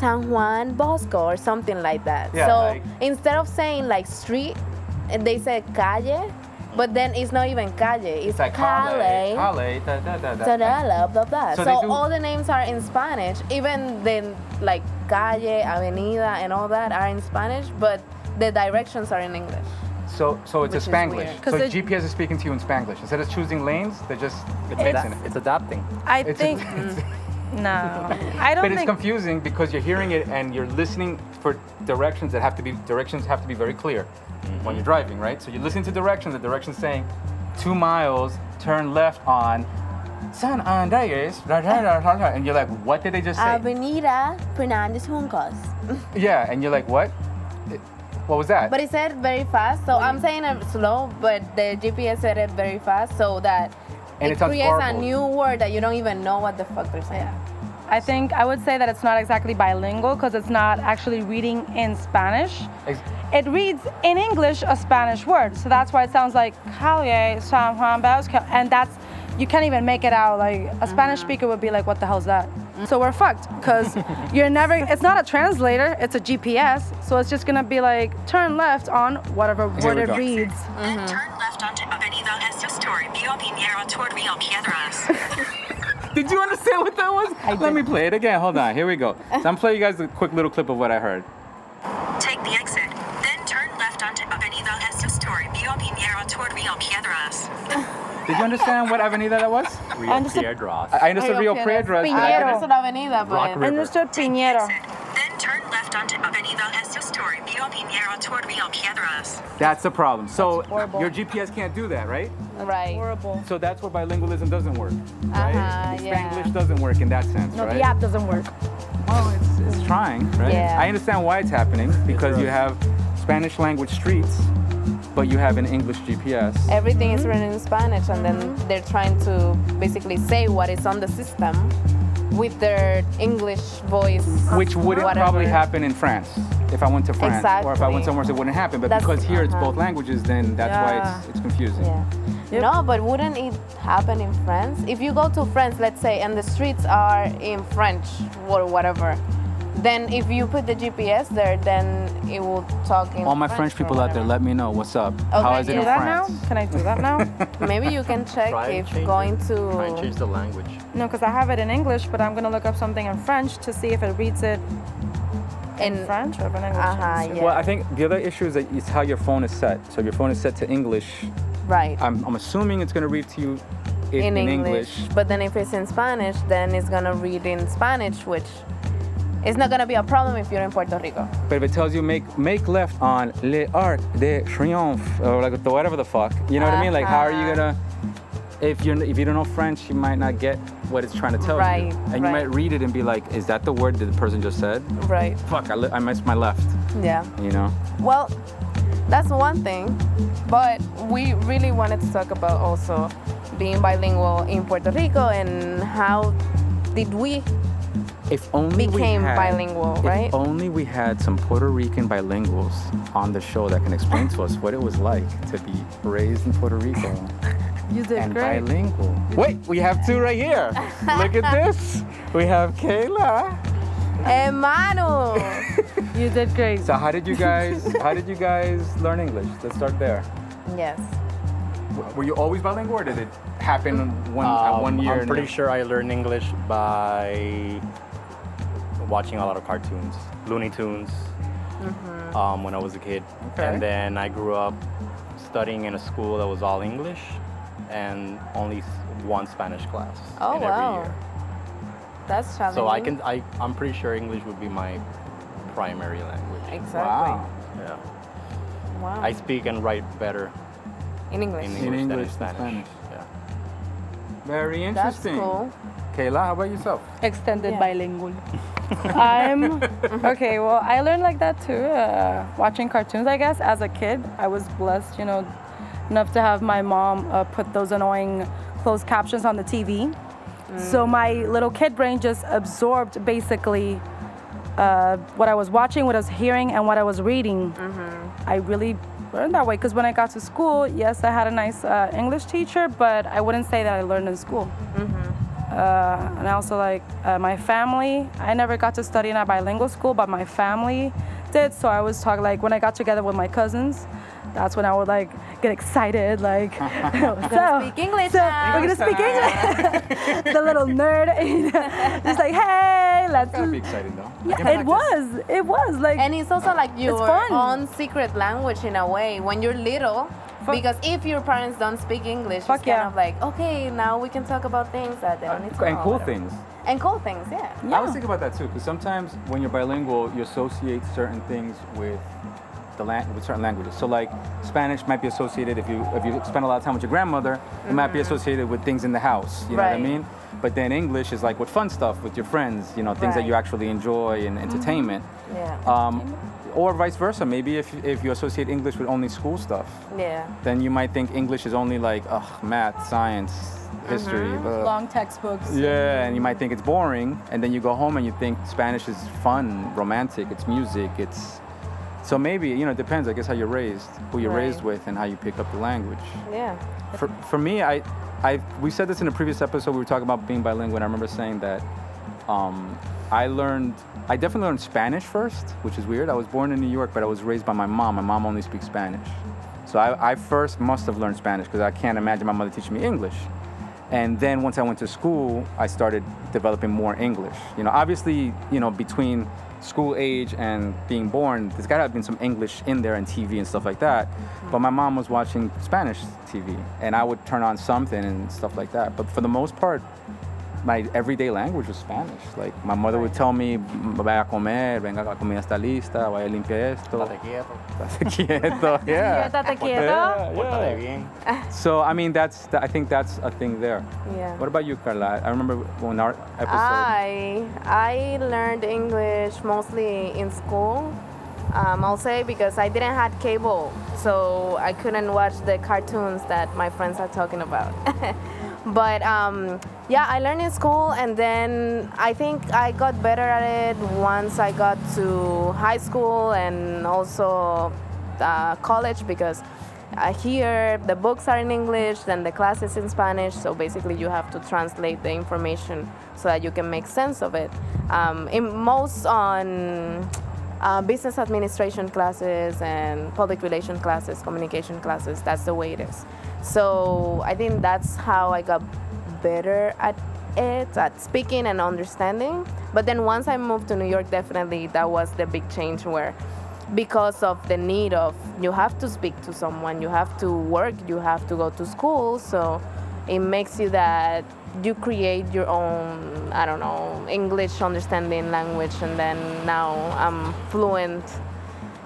[SPEAKER 3] San Juan Bosco or something like that.
[SPEAKER 2] Yeah,
[SPEAKER 3] so
[SPEAKER 2] like-
[SPEAKER 3] instead of saying like street, and they say calle, but then it's not even calle, it's,
[SPEAKER 2] It's like
[SPEAKER 3] calle.
[SPEAKER 2] Cali, Cali, da, da, da, da.
[SPEAKER 3] Tarala, blah blah.
[SPEAKER 2] So
[SPEAKER 3] So,
[SPEAKER 2] they do-
[SPEAKER 3] all the names are in Spanish. Even the like calle, avenida, and all that are in Spanish, but the directions are in English.
[SPEAKER 2] So, so it's a
[SPEAKER 3] Which is
[SPEAKER 2] Spanglish.
[SPEAKER 3] weird.
[SPEAKER 8] 'Cause
[SPEAKER 2] So
[SPEAKER 8] they-
[SPEAKER 2] GPS is speaking to you in Spanglish. Instead of choosing lanes, they're just it's mixing it. It's adapting.
[SPEAKER 8] I
[SPEAKER 2] It's
[SPEAKER 8] think
[SPEAKER 2] a-
[SPEAKER 8] no.
[SPEAKER 2] But
[SPEAKER 8] I don't
[SPEAKER 2] it's
[SPEAKER 8] think
[SPEAKER 2] confusing because you're hearing it and you're listening for directions that have to be directions have to be very clear when you're driving, right? So you're listening to directions. The directions saying, two miles, turn left on San Andres, rah, rah, rah, rah, rah," and you're like, what did they just say?
[SPEAKER 3] Avenida Fernandez Juncos.
[SPEAKER 2] Yeah, and you're like, what? It- What was that?
[SPEAKER 3] But it said very fast, so
[SPEAKER 2] Mm.
[SPEAKER 3] I'm saying it slow, but the GPS said it very fast, so that
[SPEAKER 2] And
[SPEAKER 3] it
[SPEAKER 2] it sounds
[SPEAKER 3] creates a
[SPEAKER 2] horrible.
[SPEAKER 3] new word that you don't even know what the fuck they're saying.
[SPEAKER 8] I think I would say that it's not exactly bilingual because it's not actually reading in Spanish.
[SPEAKER 2] Ex-
[SPEAKER 8] It reads in English a Spanish word, so that's why it sounds like calle San Juan Bosco, and that's you can't even make it out. Like a Spanish speaker would be like, "What the hell's that?" So we're fucked because you're never. It's not a translator. It's a GPS, so it's just gonna be like turn left on whatever word
[SPEAKER 2] we
[SPEAKER 8] it
[SPEAKER 2] go.
[SPEAKER 8] reads.
[SPEAKER 3] Hmm.
[SPEAKER 10] Then turn left onto Avenida Jesus Toribio Pinheiro toward Rio Piedras.
[SPEAKER 2] Did you understand what that was? Let me play it again. Hold on. Here we go. So I'm playing you guys a quick little clip of what I heard.
[SPEAKER 10] Take the exit. Then turn left onto Avenida Jesus Toribio Pinheiro toward Rio Piedras.
[SPEAKER 2] Did you understand what avenida that was?
[SPEAKER 8] I understood-
[SPEAKER 2] I I understood Rio Piedras. and I
[SPEAKER 3] Piñero
[SPEAKER 2] didn't-
[SPEAKER 3] es una avenida, but
[SPEAKER 8] I understood Piñero.
[SPEAKER 10] Exit. Then turn left onto Avenida Jesus Toribio Pinheiro toward Rio Piedras.
[SPEAKER 2] That's the problem. So your GPS can't do that, right?
[SPEAKER 3] right.
[SPEAKER 8] Horrible.
[SPEAKER 2] So that's where bilingualism doesn't work, right?
[SPEAKER 3] Uh-huh, yeah.
[SPEAKER 2] Spanglish doesn't work in that sense,
[SPEAKER 8] No,
[SPEAKER 2] right?
[SPEAKER 8] the app doesn't work.
[SPEAKER 2] Well, it's, it's trying, right?
[SPEAKER 3] Yeah.
[SPEAKER 2] I understand why it's happening because you have Spanish language streets, but you have an English GPS.
[SPEAKER 3] Everything is written in Spanish, and then
[SPEAKER 2] Mm-hmm.
[SPEAKER 3] they're trying to basically say what is on the system with their English voice.
[SPEAKER 2] Which wouldn't probably
[SPEAKER 3] whatever.
[SPEAKER 2] happen in France. If I went to France or if I
[SPEAKER 3] Exactly.
[SPEAKER 2] went somewhere else, it wouldn't happen. But
[SPEAKER 3] That's-
[SPEAKER 2] because here it's
[SPEAKER 3] uh-huh.
[SPEAKER 2] both languages, then that's why it's, it's confusing.
[SPEAKER 3] Yeah. No, but wouldn't it happen in France? If you go to France, let's say, and the streets are in French or whatever, then if you put the GPS there, then it will talk in.
[SPEAKER 2] All my French
[SPEAKER 3] or
[SPEAKER 2] people out there,
[SPEAKER 3] whatever.
[SPEAKER 2] let me know what's up.
[SPEAKER 3] Okay,
[SPEAKER 2] How is it
[SPEAKER 3] yeah.
[SPEAKER 8] Do
[SPEAKER 2] in
[SPEAKER 8] that
[SPEAKER 2] France?
[SPEAKER 8] now? Can I do that now?
[SPEAKER 3] Maybe you can check if going to.
[SPEAKER 9] the language.
[SPEAKER 8] no, because I have it in English, but I'm gonna look up something in French to see if it reads it in,
[SPEAKER 3] In-
[SPEAKER 8] French or in English.
[SPEAKER 3] Uh-huh, yeah.
[SPEAKER 2] Well, I think the other issue is that it's how your phone is set. So if your phone is set to English,
[SPEAKER 3] Right.
[SPEAKER 2] I'm, I'm assuming it's going to read to you i- in, English.
[SPEAKER 3] But then if it's in Spanish, then it's gonna read in Spanish, which is not gonna be a problem if you're in Puerto Rico.
[SPEAKER 2] But if it tells you make make left on Le Arc de Triomphe or like the whatever the fuck, you know what I mean? Like how are you
[SPEAKER 3] Uh-huh.
[SPEAKER 2] gonna? If you're if you don't know French, you might not get what it's trying to tell
[SPEAKER 3] Right,
[SPEAKER 2] you, and you
[SPEAKER 3] right.
[SPEAKER 2] might read it and be like, "Is that the word that the person just said?"
[SPEAKER 3] Right.
[SPEAKER 2] Fuck, I, li- I missed my left.
[SPEAKER 3] Yeah.
[SPEAKER 2] You know?
[SPEAKER 3] Well, that's one thing, but we really wanted to talk about also being bilingual in Puerto Rico and how did we
[SPEAKER 2] If only
[SPEAKER 3] Became
[SPEAKER 2] we had,
[SPEAKER 3] bilingual,
[SPEAKER 2] if
[SPEAKER 3] right?
[SPEAKER 2] only we had some Puerto Rican bilinguals on the show that can explain to us what it was like to be raised in Puerto Rico.
[SPEAKER 8] You did
[SPEAKER 2] and
[SPEAKER 8] great.
[SPEAKER 2] bilingual. Wait, we have two right here. Look at this. We have Kayla.
[SPEAKER 3] hermano
[SPEAKER 8] You did great.
[SPEAKER 2] So how did you guys? How did you guys learn English? Let's start there.
[SPEAKER 3] yes
[SPEAKER 2] W- Were you always bilingual, or did it happen one at
[SPEAKER 9] Um,
[SPEAKER 2] one year?
[SPEAKER 9] I'm
[SPEAKER 2] and
[SPEAKER 9] pretty
[SPEAKER 2] then-
[SPEAKER 9] sure I learned English by watching a lot of cartoons, Looney Tunes,
[SPEAKER 3] Mm-hmm.
[SPEAKER 9] um, when I was a kid.
[SPEAKER 2] Okay.
[SPEAKER 9] And then I grew up studying in a school that was all English and only s- one Spanish class
[SPEAKER 3] Oh,
[SPEAKER 9] in
[SPEAKER 3] wow.
[SPEAKER 9] every year.
[SPEAKER 3] that's challenging
[SPEAKER 9] So I can I I'm pretty sure English would be my primary language.
[SPEAKER 3] exactly
[SPEAKER 2] Wow.
[SPEAKER 9] Yeah.
[SPEAKER 3] Wow.
[SPEAKER 9] I speak and write better
[SPEAKER 3] in English
[SPEAKER 9] in English, than
[SPEAKER 2] English than
[SPEAKER 9] Spanish.
[SPEAKER 2] Spanish.
[SPEAKER 9] Yeah.
[SPEAKER 2] Very
[SPEAKER 3] that's
[SPEAKER 2] interesting.
[SPEAKER 3] cool
[SPEAKER 2] Kayla, how about yourself?
[SPEAKER 8] Extended
[SPEAKER 3] Yeah.
[SPEAKER 8] bilingual. I'm okay. Well, I learned like that too, uh, watching cartoons. I guess as a kid, I was blessed, you know, enough to have my mom uh, put those annoying closed captions on the TV. So my little kid brain just absorbed basically uh, what I was watching, what I was hearing, and what I was reading. I really learned that way because when I got to school, yes, I had a nice uh, English teacher, but I wouldn't say that I learned in school. Uh, and I also like uh, my family. I never got to study in a bilingual school, but my family did. So I always talk like when I got together with my cousins. That's when I would like get excited, like so,
[SPEAKER 3] speak English
[SPEAKER 8] So
[SPEAKER 3] now."
[SPEAKER 8] we're gonna speak English. the little nerd, just like hey, let's.
[SPEAKER 2] That'd be exciting though.
[SPEAKER 8] It was, it was like
[SPEAKER 3] And it's also like your
[SPEAKER 8] fun.
[SPEAKER 3] own secret language in a way when you're little. Because if your parents don't speak English,
[SPEAKER 8] Fuck
[SPEAKER 3] it's
[SPEAKER 8] yeah.
[SPEAKER 3] kind of like, okay, now we can talk about things that they don't need to
[SPEAKER 2] And
[SPEAKER 3] know,
[SPEAKER 2] cool
[SPEAKER 3] whatever.
[SPEAKER 2] things.
[SPEAKER 3] And cool things, yeah.
[SPEAKER 2] I was thinking about that too, because sometimes when you're bilingual, you associate certain things with the lan- with certain languages. So like Spanish might be associated if you if you spend a lot of time with your grandmother, it might be associated with things in the house. You know what I
[SPEAKER 3] Mm-hmm. Right.
[SPEAKER 2] mean? But then English is like with fun stuff with your friends. You know things that you
[SPEAKER 3] Right. Mm-hmm.
[SPEAKER 2] actually enjoy and entertainment.
[SPEAKER 3] Yeah.
[SPEAKER 2] Um, or vice versa. Maybe if if you associate English with only school stuff,
[SPEAKER 3] Yeah.
[SPEAKER 2] then you might think English is only like ugh, math, science, history.
[SPEAKER 3] Mm-hmm.
[SPEAKER 2] ugh.
[SPEAKER 8] long textbooks.
[SPEAKER 2] Yeah, and you might think it's boring, and then you go home and you think Spanish is fun, romantic, it's music, it's. So maybe, you know, it depends, I guess, how you're raised, who you're
[SPEAKER 3] Right.
[SPEAKER 2] raised with, and how you pick up the language.
[SPEAKER 3] Yeah.
[SPEAKER 2] For, for me, I, I, we said this in a previous episode, we were talking about being bilingual, and I remember saying that um, I learned, I definitely learned Spanish first, which is weird. I was born in New York, but I was raised by my mom. My mom only speaks Spanish. So I, I first must have learned Spanish because I can't imagine my mother teaching me English. And then once I went to school, I started developing more English. You know, obviously, you know, between school age and being born, there's gotta have been some English in there and TV and stuff like that. But my mom was watching Spanish TV and I would turn on something and stuff like that. But for the most part, my everyday language was Spanish. Like my mother would tell me, "Vaya a comer, venga, la comida está lista, vaya limpia esto."
[SPEAKER 9] Estate quieto.
[SPEAKER 2] Estate quieto. Yeah.
[SPEAKER 8] Estate quieto.
[SPEAKER 2] Yeah,
[SPEAKER 9] Pórtate
[SPEAKER 2] yeah.
[SPEAKER 9] bien.
[SPEAKER 2] So I mean, that's I think that's a thing there.
[SPEAKER 3] Yeah.
[SPEAKER 2] What about you, Carla? I remember when our episode.
[SPEAKER 9] Ah,
[SPEAKER 3] I I learned English mostly in school. Um, I'll say because I didn't have cable, so I couldn't watch the cartoons that my friends are talking about. but um, yeah, I learned in school, and then I think I got better at it once I got to high school and also uh, college because uh, here the books are in English, then the class is in Spanish. So basically, you have to translate the information so that you can make sense of it. Um, in most on uh, business administration classes and public relation classes, communication classes. That's the way it is. So I think that's how I got better at it, at speaking and understanding. But then once I moved to New York, definitely that was the big change where because of the need of you have to speak to someone you have to work you have to go to school so it makes you that you create your own i don't know english understanding language and then now i'm fluent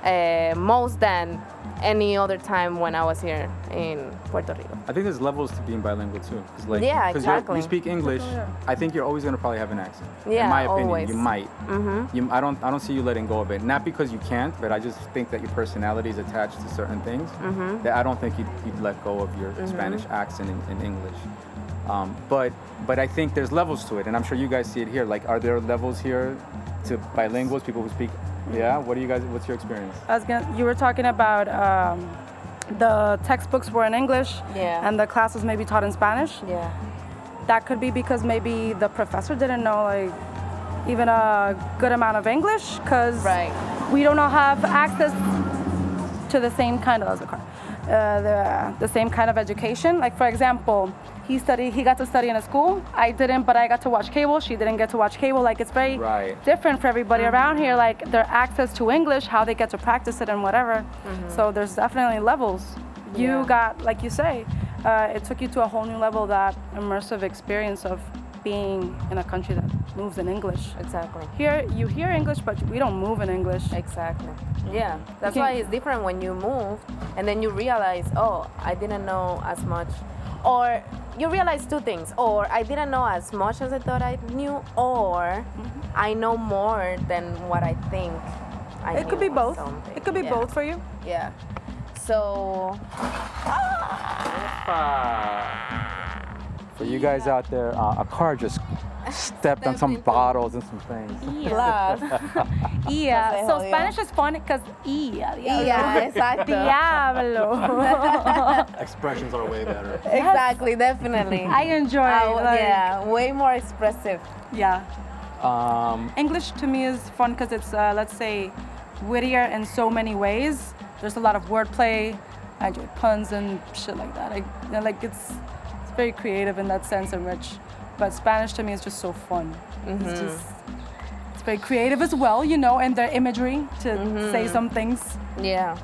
[SPEAKER 3] uh, most than any other time when i was here in puerto rico
[SPEAKER 2] I think there's levels to being bilingual too. 'cause, like,
[SPEAKER 3] Yeah,
[SPEAKER 2] 'cause you're-
[SPEAKER 3] exactly.
[SPEAKER 2] You speak English. I think you're always gonna probably have an accent.
[SPEAKER 3] Yeah,
[SPEAKER 2] In my opinion,
[SPEAKER 3] always.
[SPEAKER 2] you might. Mm-hmm. You, I don't. I don't see you letting go of it. Not because you can't, but I just think that your personality is attached to certain things. Mm-hmm. That I don't think you'd, you'd let go of your
[SPEAKER 3] Mm-hmm.
[SPEAKER 2] Spanish accent in, in English. Um, but but I think there's levels to it, and I'm sure you guys see it here. Like, are there levels here to bilinguals, people who speak?
[SPEAKER 3] Mm-hmm.
[SPEAKER 2] Yeah. What do you guys? What's your experience?
[SPEAKER 8] I was gonna, you were talking about um, the textbooks were in English
[SPEAKER 3] Yeah.
[SPEAKER 8] and the class was maybe taught in Spanish.
[SPEAKER 3] yeah
[SPEAKER 8] That could be because maybe the professor didn't know like even a good amount of English because
[SPEAKER 3] Right.
[SPEAKER 8] we don't all have access to the same kind of uh, the, the same kind of education. Like for example, he studied he got to study in a school. I didn't, but I got to watch cable. She didn't get to watch cable. Like it's very
[SPEAKER 2] Right.
[SPEAKER 8] different for everybody around here. Like their access to English, how they get to practice it, and whatever. So there's definitely levels. You got like you say, uh, it took you to a whole new level that immersive experience of being in a country that moves in English.
[SPEAKER 3] exactly
[SPEAKER 8] Here you hear English, but we don't move in English. Mm.
[SPEAKER 3] Exactly. Yeah. That's
[SPEAKER 8] You
[SPEAKER 3] why
[SPEAKER 8] can-
[SPEAKER 3] it's different when you move and then you realize, oh, I didn't know as much. Or you realize two things. Or I didn't know as much as I thought I knew, or I know more than what I think I
[SPEAKER 8] It could be
[SPEAKER 3] knew or
[SPEAKER 8] both.
[SPEAKER 3] something.
[SPEAKER 8] It could be
[SPEAKER 3] Yeah.
[SPEAKER 8] both for you.
[SPEAKER 3] Yeah. So
[SPEAKER 2] For you guys out there, uh, a car just
[SPEAKER 4] stepped on some bottles and some things.
[SPEAKER 9] Claro.
[SPEAKER 8] Yeah.
[SPEAKER 9] se
[SPEAKER 8] So
[SPEAKER 9] jodió.
[SPEAKER 8] Spanish is fun because ia.
[SPEAKER 9] Yeah, exacto.
[SPEAKER 8] Diablo.
[SPEAKER 11] Expressions are way better.
[SPEAKER 9] Exactly, definitely.
[SPEAKER 8] I enjoy.
[SPEAKER 9] Uh,
[SPEAKER 8] like,
[SPEAKER 9] yeah, way more expressive.
[SPEAKER 8] Yeah.
[SPEAKER 11] Um,
[SPEAKER 8] English to me is fun because it's, uh, let's say, wittier in so many ways. There's a lot of wordplay. I enjoy puns and shit like that. I, and, like it's, it's very creative in that sense and rich. But Spanish to me is just so fun.
[SPEAKER 11] Mm-hmm.
[SPEAKER 8] It's just it's very creative as well, you know, and their imagery to
[SPEAKER 11] Mm-hmm.
[SPEAKER 8] say some things.
[SPEAKER 9] Yeah.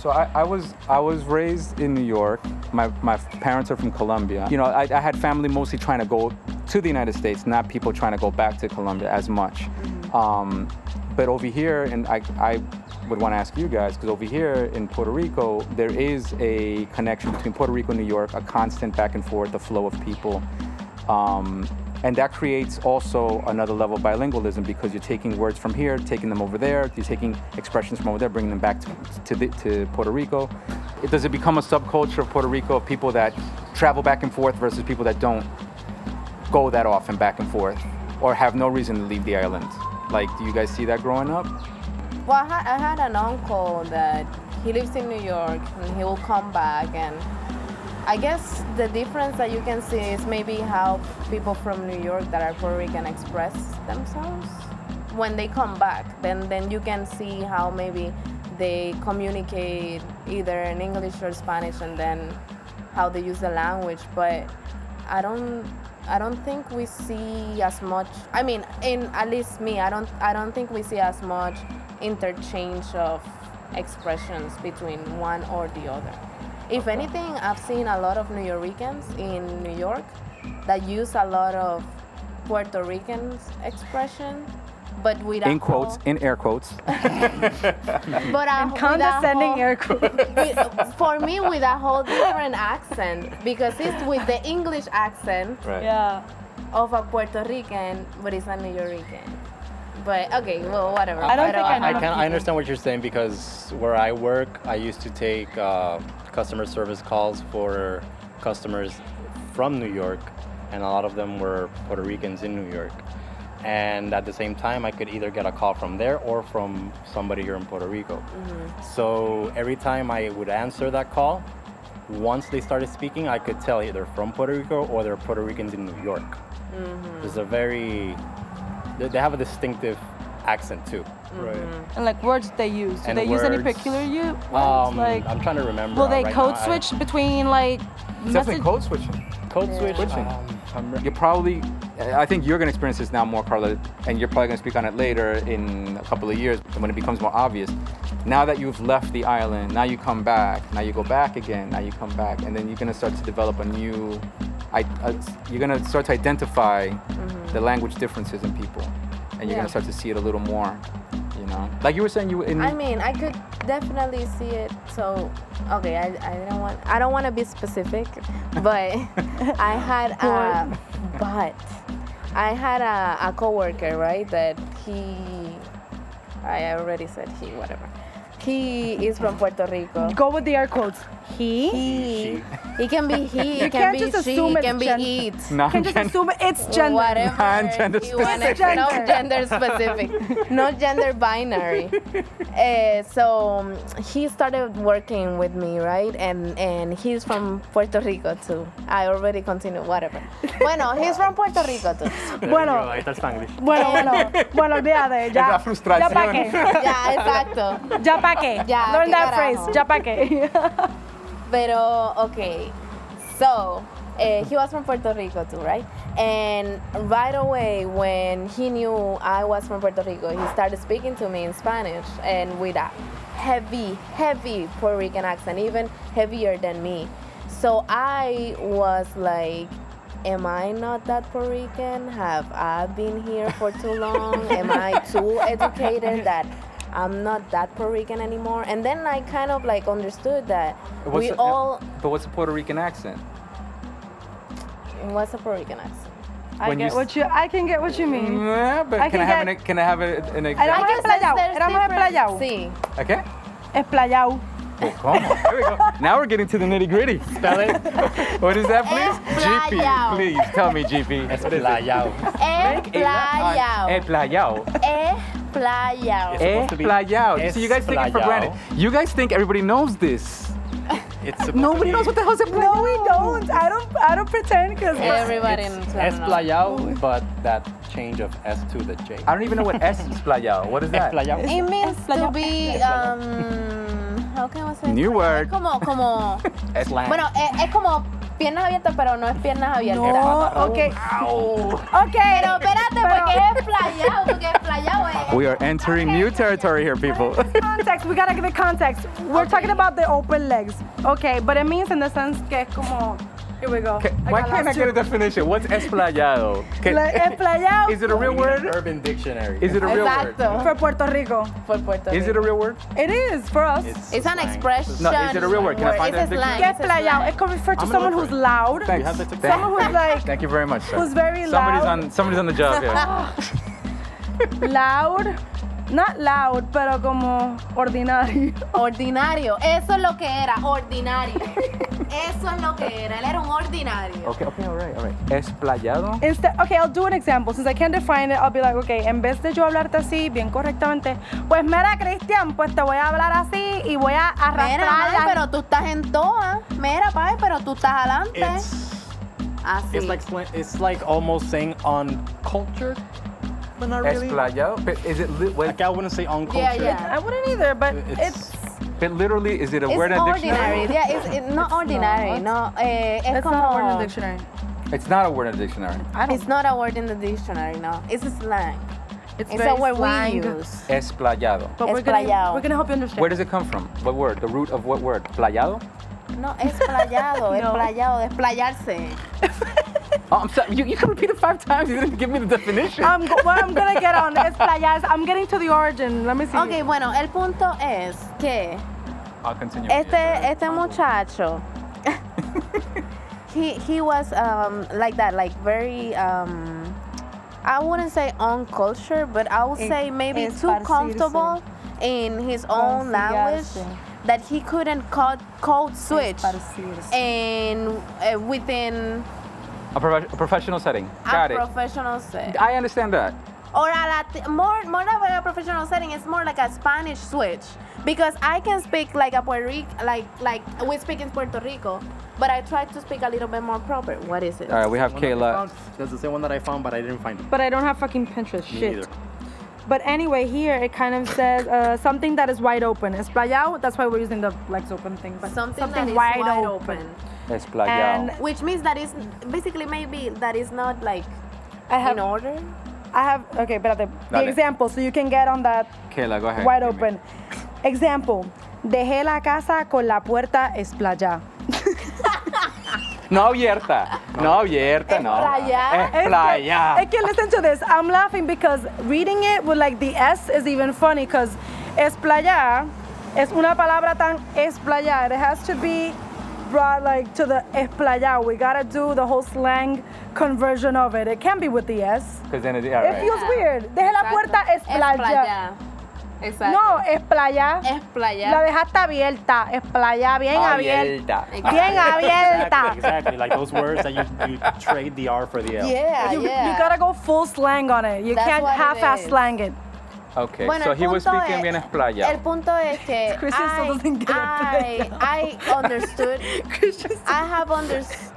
[SPEAKER 2] So I, I was I was raised in New York. My my parents are from Colombia. You know, I, I had family mostly trying to go to the United States, not people trying to go back to Colombia as much. Um, but over here, and I I would want to ask you guys because over here in Puerto Rico, there is a connection between Puerto Rico and New York, a constant back and forth, the flow of people. Um, and that creates also another level of bilingualism because you're taking words from here, taking them over there, you're taking expressions from over there, bringing them back to, to, the, to Puerto Rico. It, does it become a subculture of Puerto Rico of people that travel back and forth versus people that don't go that often back and forth or have no reason to leave the island? Like, do you guys see that growing up?
[SPEAKER 9] Well, I had, I had an uncle that he lives in New York and he will come back. And I guess the difference that you can see is maybe how people from New York that are Puerto Rican express themselves when they come back. Then, then you can see how maybe they communicate either in English or Spanish and then how they use the language. But I don't I don't think we see as much I mean in at least me I don't I don't think we see as much interchange of expressions between one or the other. If anything I've seen a lot of New Yorkers in New York that use a lot of Puerto Ricans expression but without
[SPEAKER 2] In quotes, in air quotes.
[SPEAKER 9] but uh, with a
[SPEAKER 8] Condescending
[SPEAKER 9] whole-
[SPEAKER 8] air quotes.
[SPEAKER 9] with- for me with a whole different accent because it's with the English accent
[SPEAKER 11] right.
[SPEAKER 8] yeah.
[SPEAKER 9] of a Puerto Rican, but it's a New Yorican. But okay, well, whatever.
[SPEAKER 8] I don't think I know
[SPEAKER 11] I,
[SPEAKER 8] enough
[SPEAKER 11] can,
[SPEAKER 8] people.
[SPEAKER 11] I understand what you're saying because where I work, I used to take uh, customer service calls for customers from New York, and a lot of them were Puerto Ricans in New York. And at the same time, I could either get a call from there or from somebody here in Puerto Rico.
[SPEAKER 8] Mm-hmm.
[SPEAKER 11] So every time I would answer that call, once they started speaking, I could tell either from Puerto Rico or they're Puerto Ricans in New York.
[SPEAKER 8] Mm-hmm.
[SPEAKER 11] There's a very, they they have a distinctive accent too.
[SPEAKER 5] Right.
[SPEAKER 8] And like words they use. Do
[SPEAKER 11] And
[SPEAKER 8] they use any
[SPEAKER 11] words.
[SPEAKER 8] peculiar you words?
[SPEAKER 11] Um,
[SPEAKER 8] like,
[SPEAKER 11] I'm trying to remember.
[SPEAKER 8] will they
[SPEAKER 11] right
[SPEAKER 8] code
[SPEAKER 11] now. I-
[SPEAKER 8] switch between like message?
[SPEAKER 2] code switching.
[SPEAKER 11] Code switch.
[SPEAKER 2] Switching.
[SPEAKER 11] um, I'm re-
[SPEAKER 2] You're probably, I think you're gonna experience this now more, Carla, and you're probably gonna speak on it later in a couple of years when it becomes more obvious. Now that you've left the island, now you come back, now you go back again, now you come back, and then you're gonna start to develop a new, I, uh, you're gonna start to identify the language differences in people, and you're
[SPEAKER 9] Mm-hmm. Yeah.
[SPEAKER 2] gonna start to see it a little more, you know? Like you were saying, you were in.
[SPEAKER 9] I mean, I could definitely see it. So, okay, I, I don't want I don't want to be specific, but I had a but I had a, a coworker right that he I already said he whatever he is from Puerto Rico.
[SPEAKER 8] Go with the air quotes. He.
[SPEAKER 9] He he can be he, it can
[SPEAKER 8] can't
[SPEAKER 9] be
[SPEAKER 8] just
[SPEAKER 9] she,
[SPEAKER 8] assume
[SPEAKER 9] it
[SPEAKER 8] it's
[SPEAKER 9] can be
[SPEAKER 8] gen-
[SPEAKER 9] it.
[SPEAKER 2] No,
[SPEAKER 8] can just
[SPEAKER 2] Jen-
[SPEAKER 8] assume it's gender.
[SPEAKER 9] Whatever.
[SPEAKER 2] Non-gender
[SPEAKER 9] you wanna-
[SPEAKER 8] specific.
[SPEAKER 9] No gender specific. no gender binary. Eh, so um, he started working with me, right? And and he's from Puerto Rico too. I already continue, whatever. Bueno, he's from Puerto Rico too.
[SPEAKER 8] Bueno.
[SPEAKER 11] Ahí está Spanglish.
[SPEAKER 8] Bueno, bueno, bueno, olvídate, ya.
[SPEAKER 2] la frustración.
[SPEAKER 8] Ya pa' qué,
[SPEAKER 9] Yeah, exacto.
[SPEAKER 8] ya pa' qué.
[SPEAKER 9] Ya,
[SPEAKER 8] Learn
[SPEAKER 9] qué
[SPEAKER 8] that
[SPEAKER 9] carajo.
[SPEAKER 8] phrase, ya pa' qué.
[SPEAKER 9] Pero, okay. So, eh, he was from Puerto Rico too, right? And right away, when he knew I was from Puerto Rico, he started speaking to me in Spanish and with a heavy, heavy Puerto Rican accent, even heavier than me. So I was like, Am I not that Puerto Rican? Have I been here for too long? Am I too educated that I'm not that Puerto Rican anymore? And then I kind of like understood that
[SPEAKER 2] What's
[SPEAKER 9] we
[SPEAKER 2] the-
[SPEAKER 9] all
[SPEAKER 2] But what's a Puerto Rican accent?
[SPEAKER 9] What's a Puerto Rican accent?
[SPEAKER 8] I
[SPEAKER 2] When you
[SPEAKER 8] get
[SPEAKER 2] s-
[SPEAKER 8] what you, I can get what you mean.
[SPEAKER 2] Yeah, but
[SPEAKER 8] I
[SPEAKER 2] can
[SPEAKER 8] can
[SPEAKER 2] I have
[SPEAKER 8] get-
[SPEAKER 2] an, can I have a- an
[SPEAKER 8] I
[SPEAKER 2] example?
[SPEAKER 8] Éramos
[SPEAKER 9] guess there's-
[SPEAKER 8] explayado,
[SPEAKER 9] there's
[SPEAKER 8] éramos
[SPEAKER 9] different-
[SPEAKER 8] explayado.
[SPEAKER 9] Sí.
[SPEAKER 2] Okay.
[SPEAKER 8] Esplayao.
[SPEAKER 2] ¿Cómo? There we go. Now we're getting to the nitty gritty.
[SPEAKER 11] Spell it.
[SPEAKER 2] What is that,
[SPEAKER 12] Es
[SPEAKER 2] please?
[SPEAKER 12] playao.
[SPEAKER 2] GP, please tell me, GP.
[SPEAKER 11] Es playao.
[SPEAKER 12] El
[SPEAKER 2] Make a left on- Eh,
[SPEAKER 12] playao.
[SPEAKER 2] playao.
[SPEAKER 12] El playao.
[SPEAKER 2] Eh,
[SPEAKER 11] supposed to be
[SPEAKER 2] playao. You See, you guys take it for
[SPEAKER 11] esplayao.
[SPEAKER 2] granted. You guys think everybody knows this.
[SPEAKER 11] It's supposed
[SPEAKER 2] Nobody
[SPEAKER 11] to be
[SPEAKER 2] knows what the hell is a playao.
[SPEAKER 8] No, we don't. I don't. I don't pretend because
[SPEAKER 9] Everybody in
[SPEAKER 11] Es
[SPEAKER 9] Plano.
[SPEAKER 11] playao, but that change of S to the J.
[SPEAKER 2] I don't even know what S is playao. What is
[SPEAKER 11] Es
[SPEAKER 2] that?
[SPEAKER 11] playao.
[SPEAKER 9] It means to be, um, how can I say?
[SPEAKER 2] New word.
[SPEAKER 9] Como, como, bueno, eh, es, es como piernas abiertas, pero no es piernas abiertas.
[SPEAKER 8] No. Okay. Okay.
[SPEAKER 12] Pero espérate, porque es playao, porque es playao.
[SPEAKER 9] eh.
[SPEAKER 12] es-
[SPEAKER 2] We are entering new territory here, people.
[SPEAKER 8] Context. We gotta give it context. We're talking about the open legs. Okay, but it means in the sense que es como. Here we go.
[SPEAKER 2] Why can't I get a definition? What's esplayado? Can-
[SPEAKER 8] Like, esplayao.
[SPEAKER 2] Is it a real word?
[SPEAKER 11] Urban Dictionary.
[SPEAKER 2] Is it a real word?
[SPEAKER 9] Exacto.
[SPEAKER 8] for Puerto Rico?
[SPEAKER 9] Por Puerto
[SPEAKER 2] Is it
[SPEAKER 9] Rico.
[SPEAKER 2] a real word?
[SPEAKER 8] It is for us.
[SPEAKER 9] It's an expression.
[SPEAKER 2] No, is it a real word? Can I find
[SPEAKER 9] it's
[SPEAKER 2] that
[SPEAKER 9] a slang.
[SPEAKER 8] Get
[SPEAKER 9] It's a slang.
[SPEAKER 8] playao. It can refer to
[SPEAKER 2] I'm gonna
[SPEAKER 8] someone
[SPEAKER 2] look
[SPEAKER 8] who's
[SPEAKER 2] for
[SPEAKER 8] loud.
[SPEAKER 2] Thanks.
[SPEAKER 8] Someone
[SPEAKER 2] Thank,
[SPEAKER 8] who's like
[SPEAKER 2] thank you very much, sir.
[SPEAKER 8] who's very
[SPEAKER 2] somebody's
[SPEAKER 8] loud.
[SPEAKER 2] on somebody's on the job here.
[SPEAKER 8] loud, not loud, pero como ordinario.
[SPEAKER 12] Ordinario. Eso es lo que era, ordinario. Eso es lo que era. Él era un ordinario.
[SPEAKER 2] Okay, okay, all right, all right. Esplayado.
[SPEAKER 8] Instead, okay, I'll do an example. Since I can't define it, I'll be like, okay, en vez de yo hablarte así, bien correctamente, pues mira, Cristian, pues te voy a hablar así y voy a arrastrar.
[SPEAKER 12] Mira,
[SPEAKER 8] las-
[SPEAKER 12] pai, pero tú estás en toa. Mira, pai, pero tú estás adelante.
[SPEAKER 11] It's
[SPEAKER 12] Así.
[SPEAKER 11] it's like sli- it's like almost saying uncultured, but not really.
[SPEAKER 2] Esplayado. But is it li- wait,
[SPEAKER 11] Like I wouldn't say uncultured.
[SPEAKER 12] yeah, yeah.
[SPEAKER 8] I wouldn't either, but
[SPEAKER 11] It's,
[SPEAKER 8] it's,
[SPEAKER 2] but literally is it a
[SPEAKER 9] It's
[SPEAKER 2] word in the
[SPEAKER 9] ordinary.
[SPEAKER 2] dictionary?
[SPEAKER 9] Yeah, it's, it's not ordinary. No, eh, es como.
[SPEAKER 8] dictionary.
[SPEAKER 2] It's not a word in the dictionary.
[SPEAKER 9] It's not a word in the dictionary. No, it's a slang. It's,
[SPEAKER 8] very
[SPEAKER 9] a word
[SPEAKER 8] slang.
[SPEAKER 9] we use.
[SPEAKER 2] Esplayado.
[SPEAKER 8] But
[SPEAKER 9] Es
[SPEAKER 8] we're gonna,
[SPEAKER 9] playao.
[SPEAKER 8] we're gonna help you understand.
[SPEAKER 2] Where does it come from? What word? The root of what word? Playado?
[SPEAKER 9] No, es playado, es
[SPEAKER 8] No.
[SPEAKER 9] playado, desplayarse.
[SPEAKER 2] Oh, I'm sorry. You, you can repeat it five times. You didn't give me the definition.
[SPEAKER 8] I'm, go- well, I'm gonna get on. It's playas. I'm getting to the origin. Let me see.
[SPEAKER 9] Ok, bueno, el punto es que
[SPEAKER 2] I'll continue.
[SPEAKER 9] este, este muchacho, he, he was um, like that, like very, um, I wouldn't say uncultured, but I would
[SPEAKER 8] En-
[SPEAKER 9] say maybe too
[SPEAKER 8] esparcirse.
[SPEAKER 9] comfortable in his own language that he couldn't code, code switch
[SPEAKER 8] Esparcirse.
[SPEAKER 9] and uh, within
[SPEAKER 2] A, prof- a professional setting. Got
[SPEAKER 9] a
[SPEAKER 2] it.
[SPEAKER 9] professional setting.
[SPEAKER 2] I understand that.
[SPEAKER 9] or a Latin, more more than a professional setting. It's more like a Spanish switch because I can speak like a Puerto Rico, like like we speak in Puerto Rico, but I try to speak a little bit more proper. What is it?
[SPEAKER 2] All right, we have
[SPEAKER 11] one that I
[SPEAKER 2] Kayla.
[SPEAKER 11] found. That's the same one that I found, but I didn't find it.
[SPEAKER 8] But I don't have fucking Pinterest.
[SPEAKER 11] Me
[SPEAKER 8] Shit.
[SPEAKER 11] neither.
[SPEAKER 8] But anyway, here it kind of says uh, something that is wide open. It's playao. That's why we're using the legs open thing. But
[SPEAKER 9] Something, that is
[SPEAKER 8] wide
[SPEAKER 9] wide,
[SPEAKER 8] open.
[SPEAKER 9] open.
[SPEAKER 2] Esplayado.
[SPEAKER 8] And-
[SPEAKER 9] which means that is basically maybe that is not like
[SPEAKER 8] I have
[SPEAKER 9] in order.
[SPEAKER 8] I have okay, but the, the
[SPEAKER 2] Dale.
[SPEAKER 8] example, so you can get on that
[SPEAKER 2] Kayla, go ahead.
[SPEAKER 8] wide
[SPEAKER 2] Give me.
[SPEAKER 8] open. Example: Dejé la casa con la puerta esplayada.
[SPEAKER 2] No abierta. No abierta, no.
[SPEAKER 9] Esplayá.
[SPEAKER 2] Esplayá.
[SPEAKER 8] Okay, listen to this. I'm laughing because reading it with like the S is even funny because esplayar es una palabra tan esplayar. It has to be brought like to the esplayar. We gotta do the whole slang conversion of it. It can be with the S.
[SPEAKER 2] Because then it, all
[SPEAKER 8] It
[SPEAKER 2] right.
[SPEAKER 8] feels weird. Dejé la puerta esplayada.
[SPEAKER 9] Exacto.
[SPEAKER 8] No, esplayar.
[SPEAKER 9] Es playa.
[SPEAKER 8] La dejaste abierta, es playa bien
[SPEAKER 2] Ah,
[SPEAKER 8] abierta.
[SPEAKER 9] Exacto.
[SPEAKER 8] Bien
[SPEAKER 11] Exactly,
[SPEAKER 8] abierta.
[SPEAKER 11] exactly. Like those words that you, you trade the R for the L.
[SPEAKER 9] Yeah,
[SPEAKER 8] You,
[SPEAKER 9] yeah.
[SPEAKER 8] you gotta go full slang on it. You
[SPEAKER 9] That's
[SPEAKER 8] can't
[SPEAKER 9] what it
[SPEAKER 8] half-ass
[SPEAKER 9] is.
[SPEAKER 8] slang it.
[SPEAKER 2] Okay,
[SPEAKER 9] Bueno,
[SPEAKER 2] so
[SPEAKER 9] el
[SPEAKER 2] he was
[SPEAKER 9] punto
[SPEAKER 2] speaking
[SPEAKER 9] es-
[SPEAKER 2] bien
[SPEAKER 9] El
[SPEAKER 2] esplayado.
[SPEAKER 9] punto es que
[SPEAKER 8] Christian still
[SPEAKER 9] I,
[SPEAKER 8] doesn't get it,
[SPEAKER 9] I, I understood. I have understood.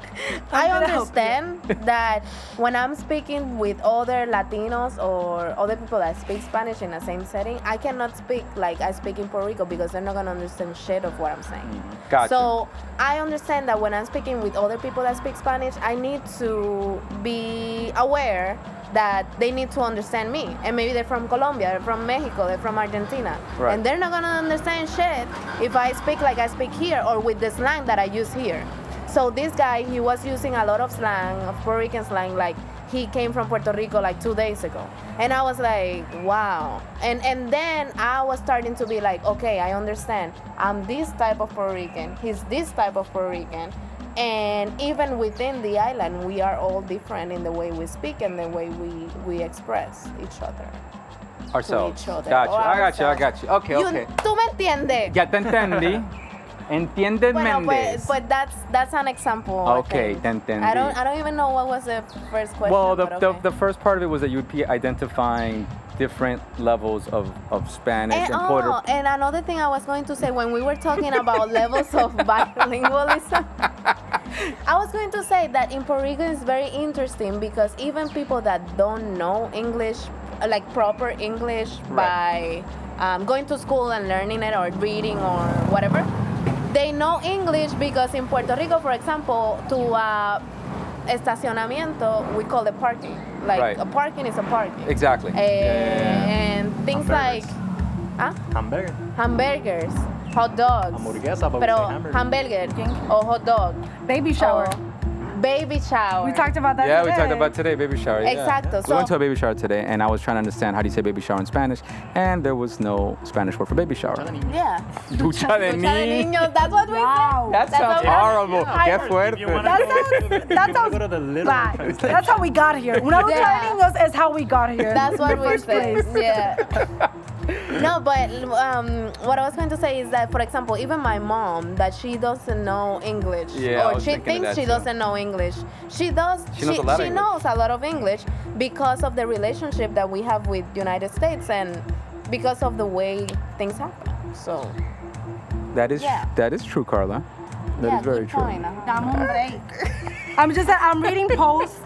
[SPEAKER 9] I
[SPEAKER 8] gonna help you.
[SPEAKER 9] understand that when I'm speaking with other Latinos or other people that speak Spanish in the same setting, I cannot speak like I speak in Puerto Rico because they're not gonna understand shit of what I'm saying.
[SPEAKER 2] Mm-hmm. Gotcha.
[SPEAKER 9] So I understand that when I'm speaking with other people that speak Spanish, I need to be aware that they need to understand me. And maybe they're from Colombia, they're from Mexico, they're from Argentina.
[SPEAKER 2] Right.
[SPEAKER 9] And they're not gonna understand shit if I speak like I speak here or with the slang that I use here. So this guy, he was using a lot of slang, of Puerto Rican slang, like he came from Puerto Rico like two days ago. And I was like, wow. And and then I was starting to be like, okay, I understand. I'm this type of Puerto Rican. He's this type of Puerto Rican. And even within the island, we are all different in the way we speak and the way we, we express each other.
[SPEAKER 2] Ourselves.
[SPEAKER 9] each other
[SPEAKER 2] Gotcha.
[SPEAKER 9] or
[SPEAKER 2] I got you. I
[SPEAKER 9] ourselves.
[SPEAKER 2] got you. Okay,
[SPEAKER 9] You-
[SPEAKER 2] okay.
[SPEAKER 9] ¿Tú me entiendes?
[SPEAKER 2] Ya te entendí. Entienden
[SPEAKER 9] Bueno,
[SPEAKER 2] Méndez.
[SPEAKER 9] but, but that's that's an example. I
[SPEAKER 2] Okay,
[SPEAKER 9] think.
[SPEAKER 2] te entendí.
[SPEAKER 9] I don't I don't even know what was the first question.
[SPEAKER 2] well, the,
[SPEAKER 9] but
[SPEAKER 2] the,
[SPEAKER 9] okay.
[SPEAKER 2] the first part of it was that you'd be identifying different levels of, of Spanish and,
[SPEAKER 9] and,
[SPEAKER 2] Puerto
[SPEAKER 9] oh, and another thing I was going to say when we were talking about levels of bilingualism, I was going to say that in Puerto Rico is very interesting because even people that don't know English, like proper English by um, going to school and learning it or reading or whatever, they know English because in Puerto Rico, for example, to uh, estacionamiento, we call it parking. Like
[SPEAKER 6] Right.
[SPEAKER 9] a parking is a parking.
[SPEAKER 6] Exactly.
[SPEAKER 9] Eh, And things like. ¿Ah?
[SPEAKER 5] Hamburger.
[SPEAKER 9] hamburgers, hot dogs.
[SPEAKER 5] Hamburguesa, but we
[SPEAKER 9] pero
[SPEAKER 5] say hamburger.
[SPEAKER 9] hamburger o hot dog.
[SPEAKER 8] Baby shower.
[SPEAKER 9] Oh. Baby shower.
[SPEAKER 8] We talked about that.
[SPEAKER 2] Yeah, we talked
[SPEAKER 8] today.
[SPEAKER 2] about today, baby shower. yeah.
[SPEAKER 9] Exacto,
[SPEAKER 2] We went
[SPEAKER 9] so-
[SPEAKER 2] to a baby shower today, and I was trying to understand how do you say baby shower in Spanish, and there was no Spanish word for baby shower.
[SPEAKER 9] Yeah.
[SPEAKER 2] Ducha de
[SPEAKER 9] Ducha de
[SPEAKER 2] niño.
[SPEAKER 9] niños, that's what we
[SPEAKER 8] Wow.
[SPEAKER 9] said.
[SPEAKER 6] That
[SPEAKER 9] That's
[SPEAKER 6] sounds
[SPEAKER 9] what we-
[SPEAKER 6] horrible. Qué
[SPEAKER 5] If you wanna
[SPEAKER 6] fuerte.
[SPEAKER 8] That
[SPEAKER 5] go to
[SPEAKER 8] sounds-
[SPEAKER 5] the- if you
[SPEAKER 8] that
[SPEAKER 5] wanna
[SPEAKER 8] sounds
[SPEAKER 5] go to the little
[SPEAKER 8] Black.
[SPEAKER 5] translation.
[SPEAKER 8] That's how we got here. Una lucha
[SPEAKER 9] Yeah.
[SPEAKER 8] de niños is how we got here.
[SPEAKER 9] That's
[SPEAKER 8] in
[SPEAKER 9] what
[SPEAKER 8] the
[SPEAKER 9] we
[SPEAKER 8] first
[SPEAKER 9] said.
[SPEAKER 8] place.
[SPEAKER 9] Yeah. no, but um, what I was going to say is that, for example, even my mom, that she doesn't know English,
[SPEAKER 6] Yeah, I
[SPEAKER 9] or
[SPEAKER 6] was
[SPEAKER 9] she
[SPEAKER 6] thinking of
[SPEAKER 9] thinks
[SPEAKER 6] that
[SPEAKER 9] she
[SPEAKER 6] too.
[SPEAKER 9] doesn't know English. She does.
[SPEAKER 6] She knows a lot of
[SPEAKER 9] she
[SPEAKER 6] English.
[SPEAKER 9] knows a lot of English because of the relationship that we have with United States and because of the way things happen. So
[SPEAKER 2] That is
[SPEAKER 9] Yeah.
[SPEAKER 2] that is true, Carla. That is
[SPEAKER 9] yeah,
[SPEAKER 2] very
[SPEAKER 9] keep
[SPEAKER 2] true.
[SPEAKER 9] going, uh-huh.
[SPEAKER 8] Dame un break. I'm just, I'm reading posts.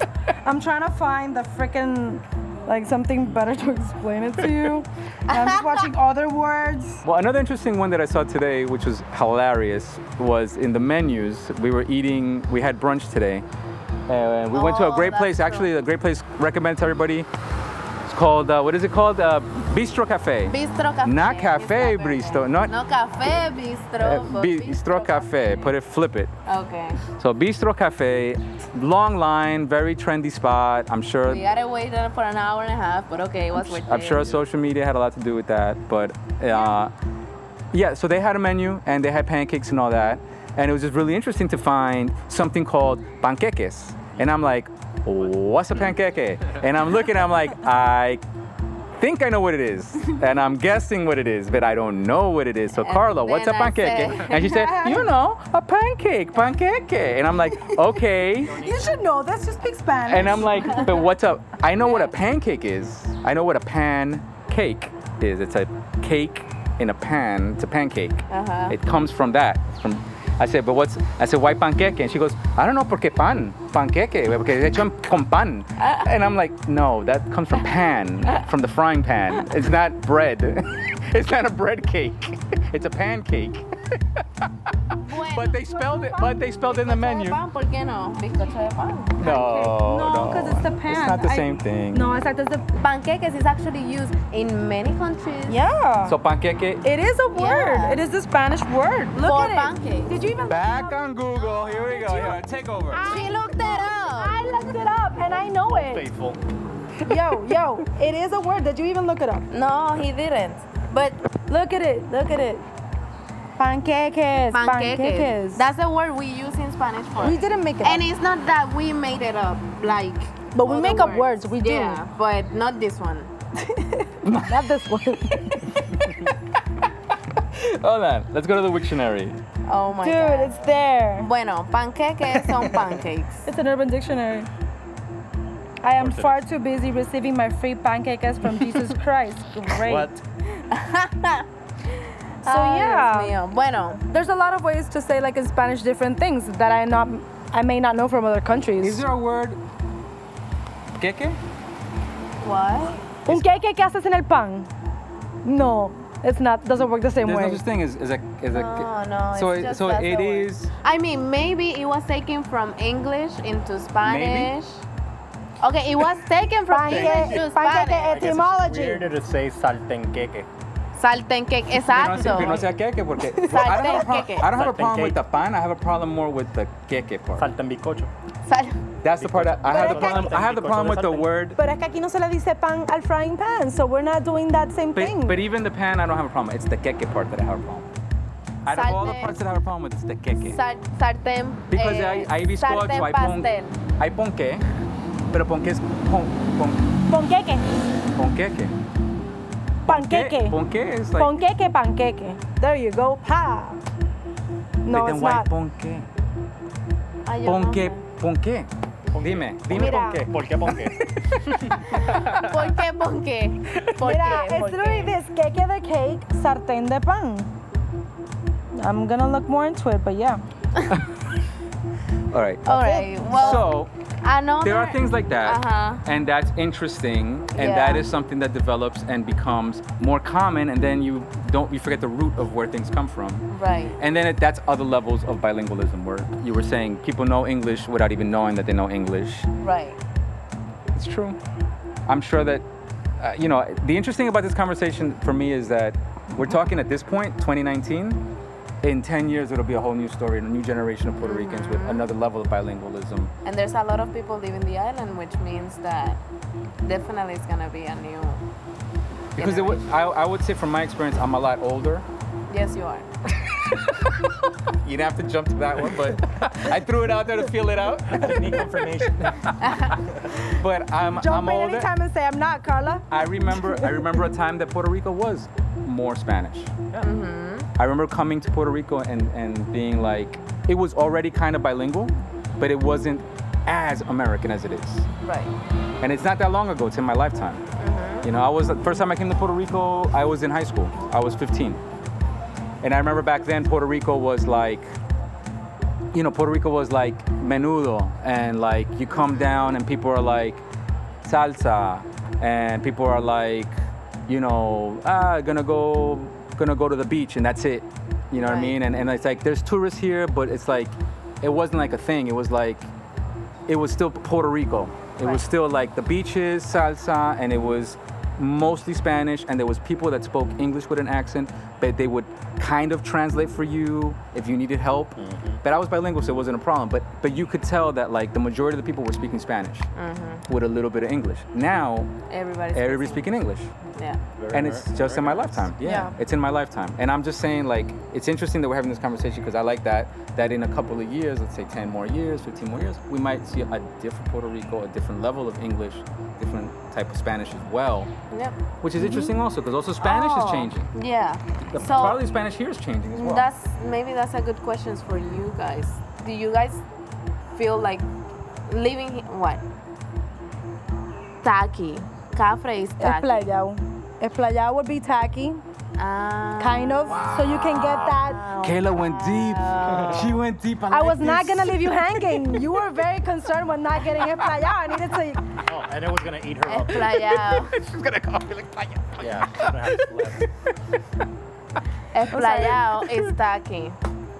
[SPEAKER 8] I'm trying to find the freaking, like something better to explain it to you. And I'm just watching other words.
[SPEAKER 2] Well, another interesting one that I saw today, which was hilarious, was in the menus. We were eating. We had brunch today, and we went to a
[SPEAKER 9] Oh,
[SPEAKER 2] great
[SPEAKER 9] that's
[SPEAKER 2] place.
[SPEAKER 9] true.
[SPEAKER 2] Actually, a great place recommend to everybody. It's called uh, what is it called? Uh, Bistro Cafe.
[SPEAKER 9] Bistro cafe.
[SPEAKER 2] Not cafe,
[SPEAKER 9] Bistro
[SPEAKER 2] Bristo. Not
[SPEAKER 9] No cafe, bistro.
[SPEAKER 2] uh,
[SPEAKER 9] but
[SPEAKER 2] Bistro Cafe. Put it, flip it.
[SPEAKER 9] Okay.
[SPEAKER 2] So Bistro Cafe, long line, very trendy spot. I'm sure.
[SPEAKER 9] We gotta wait uh, for an hour and a half, but okay, it was worth
[SPEAKER 2] I'm
[SPEAKER 9] it.
[SPEAKER 2] sure social media had a lot to do with that, but uh, yeah, so they had a menu and they had pancakes and all that, and it was just really interesting to find something called panqueques, and I'm like, what's
[SPEAKER 9] Hmm.
[SPEAKER 2] a panqueque? And I'm looking, I'm like, I think I know what it is, and I'm guessing what it is, but I don't know what it is. So
[SPEAKER 9] And
[SPEAKER 2] Carla, what's a
[SPEAKER 9] then I
[SPEAKER 2] panqueque?
[SPEAKER 9] said-
[SPEAKER 2] and she said, you know, a pancake, panqueque, and I'm like, okay.
[SPEAKER 8] You should know this. You speak Spanish.
[SPEAKER 2] And I'm like, but what's up? I know what a pancake is. I know what a pan cake is. It's a cake in a pan. It's a pancake.
[SPEAKER 9] Uh-huh.
[SPEAKER 2] It comes from that. From I said, but what's? I said, why panqueque? And she goes, I don't know, porque pan, panqueque, porque es hecho con pan.
[SPEAKER 8] Uh.
[SPEAKER 2] And I'm like, no, that comes from pan, from the frying pan. It's not bread. it's not a bread cake. It's a pancake.
[SPEAKER 9] Bueno,
[SPEAKER 2] But they spelled it. But they spelled it in the
[SPEAKER 9] bizcocho de
[SPEAKER 2] menu.
[SPEAKER 9] pan, ¿por qué no? Bizcocho de pan.
[SPEAKER 2] No,
[SPEAKER 8] no, because it's the pan.
[SPEAKER 2] "Oh, It's not the
[SPEAKER 8] I-
[SPEAKER 2] same thing.
[SPEAKER 8] No, it's like this. The,
[SPEAKER 9] Panqueques is actually used in many countries.
[SPEAKER 8] yeah.
[SPEAKER 2] So panqueque
[SPEAKER 8] it is a word.
[SPEAKER 9] Yeah.
[SPEAKER 8] It is a Spanish word. Look
[SPEAKER 9] For
[SPEAKER 8] at it.
[SPEAKER 9] pancakes.
[SPEAKER 8] Did you even?
[SPEAKER 2] Back on Google. Here we go. Yeah, take over.
[SPEAKER 9] She looked that up.
[SPEAKER 8] I looked it up and I know it.
[SPEAKER 5] Faithful.
[SPEAKER 8] yo, yo, it is a word. Did you even look it up?
[SPEAKER 9] No, he didn't. But
[SPEAKER 8] Look at it. Look at it. Panqueques.
[SPEAKER 9] panqueques. That's the word we use in Spanish for.
[SPEAKER 8] we didn't make it.
[SPEAKER 9] And
[SPEAKER 8] up.
[SPEAKER 9] it's not that we made it up, like.
[SPEAKER 8] But we
[SPEAKER 9] other
[SPEAKER 8] make up words, we do.
[SPEAKER 9] Yeah, but not this one.
[SPEAKER 8] Not this one.
[SPEAKER 2] Hold on. Oh, Let's go to the dictionary.
[SPEAKER 9] Oh my
[SPEAKER 8] Dude,
[SPEAKER 9] god.
[SPEAKER 8] it's there.
[SPEAKER 9] Bueno, panqueques son pancakes.
[SPEAKER 8] It's an urban dictionary. I am far too busy receiving my free panqueques from Jesus Christ. Great.
[SPEAKER 5] What?
[SPEAKER 8] So
[SPEAKER 9] Ay,
[SPEAKER 8] Oh, yeah.
[SPEAKER 9] Dios mío. Bueno,
[SPEAKER 8] There's a lot of ways to say like in Spanish different things that I not I may not know from other countries.
[SPEAKER 2] Is there a word? Keke?
[SPEAKER 9] what?
[SPEAKER 8] Un queque que haces en el pan? No, it's not. Doesn't work the same
[SPEAKER 2] There's
[SPEAKER 8] way.
[SPEAKER 2] no such thing as, as a. As a
[SPEAKER 9] No, no,
[SPEAKER 2] So,
[SPEAKER 9] it's
[SPEAKER 2] it-
[SPEAKER 9] just
[SPEAKER 2] so
[SPEAKER 9] that's
[SPEAKER 2] it
[SPEAKER 9] the word.
[SPEAKER 2] is.
[SPEAKER 9] I mean, maybe it was taken from English into Spanish. Okay, it was taken from English to Spanish.
[SPEAKER 5] Weird to say saltenqueque.
[SPEAKER 9] Saltenqueque, exacto.
[SPEAKER 2] Que no sea keke porque.
[SPEAKER 9] Salte
[SPEAKER 2] I don't have a, pro-
[SPEAKER 9] keke.
[SPEAKER 2] I don't have a
[SPEAKER 5] Salte
[SPEAKER 2] problem with
[SPEAKER 5] keke.
[SPEAKER 2] the pan. I have a problem more with the keke part.
[SPEAKER 5] Saltenbicocho.
[SPEAKER 9] Sal-
[SPEAKER 2] That's the part that I have the problem. I have the problem with the word.
[SPEAKER 8] Pero es que aquí no se le dice pan al frying pan, so we're not doing that same
[SPEAKER 2] But,
[SPEAKER 8] thing.
[SPEAKER 2] but even the pan, I don't have a problem. It's the keke part that I have a problem. Out of all the
[SPEAKER 9] Salte.
[SPEAKER 2] parts that I have a problem with, it's the keke.
[SPEAKER 9] sal- Sartén.
[SPEAKER 2] Because
[SPEAKER 9] eh,
[SPEAKER 2] I, I bizcocho,
[SPEAKER 9] sartén
[SPEAKER 2] I pon,
[SPEAKER 9] pastel.
[SPEAKER 2] I pon que, pero pon que es pon, pon,
[SPEAKER 8] Ponqueque,
[SPEAKER 2] pon queque.
[SPEAKER 8] panqueque,
[SPEAKER 2] Ponqué is like
[SPEAKER 8] ponqueque, panqueque. There you go. Ha. No,
[SPEAKER 2] They
[SPEAKER 8] it's
[SPEAKER 2] then why
[SPEAKER 8] not.
[SPEAKER 2] pon qué?
[SPEAKER 13] Ay, yo
[SPEAKER 2] Pon
[SPEAKER 13] no.
[SPEAKER 2] qué, pon qué. Dime, dime
[SPEAKER 13] Mira.
[SPEAKER 2] pon qué.
[SPEAKER 6] ¿Por qué? ¿Por qué?
[SPEAKER 9] ¿Por qué? ¿Por qué? ¿Por
[SPEAKER 8] Mira,
[SPEAKER 9] qué?
[SPEAKER 8] it's
[SPEAKER 9] ¿Por
[SPEAKER 8] literally
[SPEAKER 9] qué?
[SPEAKER 8] this queque de cake, sartén de pan. I'm gonna look more into it, but yeah.
[SPEAKER 2] All right.
[SPEAKER 9] All right. Well,
[SPEAKER 2] so
[SPEAKER 9] another.
[SPEAKER 2] there are things like that,
[SPEAKER 9] Uh-huh.
[SPEAKER 2] and that's interesting, and
[SPEAKER 9] Yeah.
[SPEAKER 2] that is something that develops and becomes more common, and then you don't you forget the root of where things come from.
[SPEAKER 9] Right.
[SPEAKER 2] And then it, that's other levels of bilingualism where you were saying people know English without even knowing that they know English.
[SPEAKER 9] Right.
[SPEAKER 2] It's true. I'm sure that, uh, you know, the interesting about this conversation for me is that we're talking at this point, 2019. In 10 years, it'll be a whole new story and a new generation of Puerto Ricans with another level of bilingualism.
[SPEAKER 9] And there's a lot of people leaving the island, which means that definitely it's gonna be a new.
[SPEAKER 2] Because it would, I, I would say, from my experience, I'm a lot older.
[SPEAKER 9] Yes, you are.
[SPEAKER 2] You'd have to jump to that one, but I threw it out there to feel it out.
[SPEAKER 6] Need confirmation.
[SPEAKER 2] But I'm,
[SPEAKER 8] Jump
[SPEAKER 2] I'm
[SPEAKER 8] in
[SPEAKER 2] older.
[SPEAKER 8] anytime and say I'm not, Carla.
[SPEAKER 2] I remember I remember a time that Puerto Rico was more Spanish. Mm-hmm. I remember coming to Puerto Rico and, and being like it was already kind of bilingual, but it wasn't as American as it is.
[SPEAKER 9] Right.
[SPEAKER 2] And it's not that long ago, it's in my lifetime. You know, I was the first time I came to Puerto Rico, I was in high school. I was 15. And I remember back then Puerto Rico was like you know, Puerto Rico was like menudo and like you come down and people are like salsa and people are like, you know, ah, gonna go gonna go to the beach and that's it. You know what I
[SPEAKER 9] Right.
[SPEAKER 2] mean? And and it's like there's tourists here, but it's like it wasn't like a thing. It was like it was still Puerto Rico. It was still like the beaches, salsa, and it was mostly Spanish. And there was people that spoke English with an accent, but they would kind of translate for you if you needed help. But I was bilingual, so it wasn't a problem. But but you could tell that like the majority of the people were speaking Spanish with a little bit of English. Now
[SPEAKER 9] Everybody's.
[SPEAKER 2] everybody's speaking English,
[SPEAKER 9] Yeah.
[SPEAKER 2] and it's just in my lifetime. Yeah,
[SPEAKER 8] Yeah.
[SPEAKER 2] it's in my lifetime. And I'm just saying like it's interesting that we're having this conversation because I like that that in a couple of years, let's say 10 more years, 15 more years, we might see a different Puerto Rico, a different level of English, different type of Spanish as well,
[SPEAKER 9] Yep.
[SPEAKER 2] which is interesting also because also Spanish
[SPEAKER 9] Oh,
[SPEAKER 2] is changing.
[SPEAKER 9] Yeah.
[SPEAKER 2] The,
[SPEAKER 9] so
[SPEAKER 2] partly Spanish here is changing as well.
[SPEAKER 9] that's maybe that's a good question for you guys. Do you guys feel like living he- what? Tacky. Cafre is tacky.
[SPEAKER 8] Esplayao. Esplayao would be tacky,
[SPEAKER 9] Ah.
[SPEAKER 8] kind of, so you can get that.
[SPEAKER 2] Kayla went deep. She went deep.
[SPEAKER 8] I was not gonna leave you hanging. You were very concerned with not getting esplayao. I needed to.
[SPEAKER 6] Oh, and it was gonna eat her up.
[SPEAKER 9] Esplayado.
[SPEAKER 6] Yeah. she's gonna have to left.
[SPEAKER 9] Esplayado is tacky.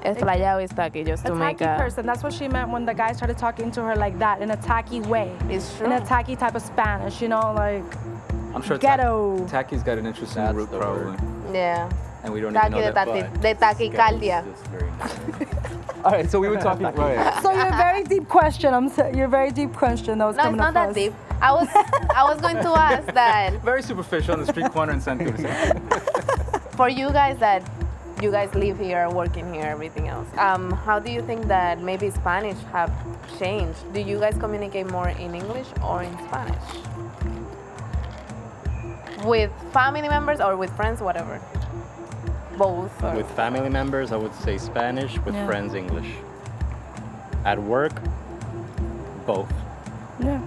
[SPEAKER 9] Esplayado is tacky. Just
[SPEAKER 8] A
[SPEAKER 9] to make
[SPEAKER 8] tacky
[SPEAKER 9] a.
[SPEAKER 8] person. That's what she meant when the guy started talking to her like that in a tacky way.
[SPEAKER 9] It's
[SPEAKER 8] In
[SPEAKER 9] true.
[SPEAKER 8] a tacky type of Spanish, you know, like
[SPEAKER 2] I'm sure
[SPEAKER 8] Ghetto.
[SPEAKER 2] Taki- Taki's got an interesting
[SPEAKER 6] That's
[SPEAKER 2] root
[SPEAKER 6] the
[SPEAKER 2] probably,
[SPEAKER 6] word.
[SPEAKER 9] Yeah.
[SPEAKER 2] and we don't even
[SPEAKER 9] Taki
[SPEAKER 2] know
[SPEAKER 9] de,
[SPEAKER 2] that.
[SPEAKER 9] tati,
[SPEAKER 6] but
[SPEAKER 9] de
[SPEAKER 6] Yeah,
[SPEAKER 9] taquicardia.
[SPEAKER 6] it's just very
[SPEAKER 2] All right, so we were talking. right.
[SPEAKER 8] So your very deep question. I'm. s- Your very deep question. That was
[SPEAKER 9] No, it's
[SPEAKER 8] coming
[SPEAKER 9] not
[SPEAKER 8] up
[SPEAKER 9] that
[SPEAKER 8] first.
[SPEAKER 9] deep. I was I was going to ask that
[SPEAKER 2] Very superficial on the street corner in San Cruz.
[SPEAKER 9] for you guys that you guys live here, working here, everything else. Um, how do you think that maybe Spanish have changed? Do you guys communicate more in English or in Spanish? With family members or with friends, whatever. Both. Or,
[SPEAKER 6] With family members, I would say Spanish. With
[SPEAKER 8] Yeah.
[SPEAKER 6] friends, English. At work, both.
[SPEAKER 8] Yeah.